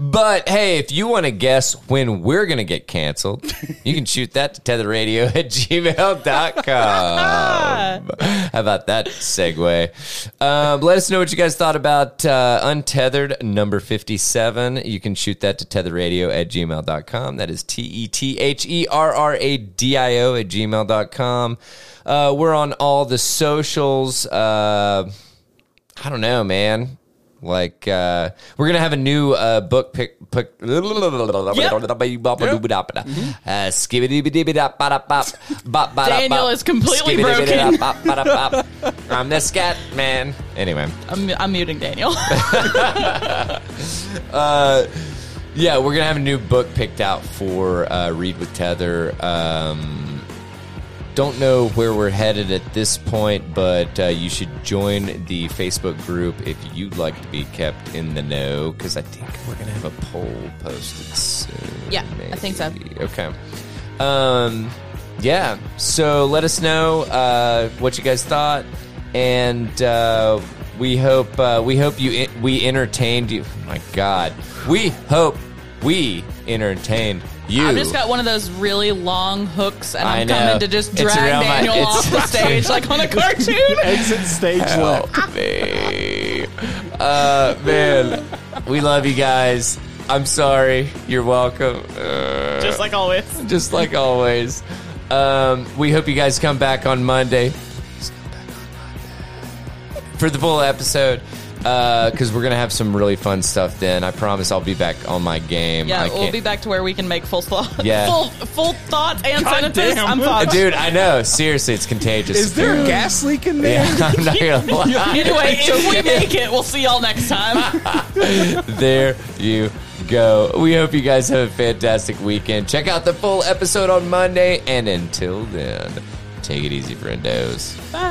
Speaker 2: But hey, if you want to guess when we're gonna get canceled, you can shoot that to tetherradio at gmail.com. How about that segue? Um, let us know what you guys thought about uh, Untethered number 57. You can shoot that to tetherradio at gmail.com. That is T E T H E R R A D I O at gmail.com. Uh, we're on all the socials. Uh, I don't know, man. Like uh, we're gonna have a new uh, book pick. pick Uh, Daniel
Speaker 3: Daniel is completely broken.
Speaker 2: I'm the scat man. Anyway,
Speaker 3: I'm, I'm muting Daniel.
Speaker 2: yeah, we're gonna have a new book picked out for uh, Read with Tether. Um, don't know where we're headed at this point, but uh, you should join the Facebook group if you'd like to be kept in the know, because I think we're going to have a poll posted soon.
Speaker 3: Yeah, I think so.
Speaker 2: maybe. Okay. Um, yeah, so let us know uh, what you guys thought, and uh, we hope uh, we hope you we entertained you. Oh my God, we hope we entertained you.
Speaker 3: I've just got one of those really long hooks, and
Speaker 2: I
Speaker 3: I'm
Speaker 2: know.
Speaker 3: coming to just
Speaker 2: It's
Speaker 3: drag
Speaker 2: around my-
Speaker 3: Daniel
Speaker 2: it's-
Speaker 3: off the stage like on a cartoon.
Speaker 1: Exit stage left.
Speaker 2: help me. Oh, Uh, man, we love you guys. I'm sorry. You're welcome. Uh,
Speaker 3: Just like always.
Speaker 2: just like always. Um, we hope you guys come back on Monday for the full episode because we're going to have some really fun stuff then. I promise I'll be back on my game.
Speaker 3: Yeah,
Speaker 2: I
Speaker 3: we'll
Speaker 2: can't-
Speaker 3: be back to where we can make full thoughts.
Speaker 2: Yeah.
Speaker 3: Full, full thoughts and sentences.
Speaker 1: damn.
Speaker 3: I'm fucked.
Speaker 2: Dude, I know. Seriously, it's contagious.
Speaker 1: Is there a gas leak in there?
Speaker 2: Yeah, I'm not going to lie.
Speaker 3: Anyway, if we make it, we'll see y'all next time.
Speaker 2: there you go. We hope you guys have a fantastic weekend. Check out the full episode on Monday. And until then, take it easy, friendos.
Speaker 3: Bye.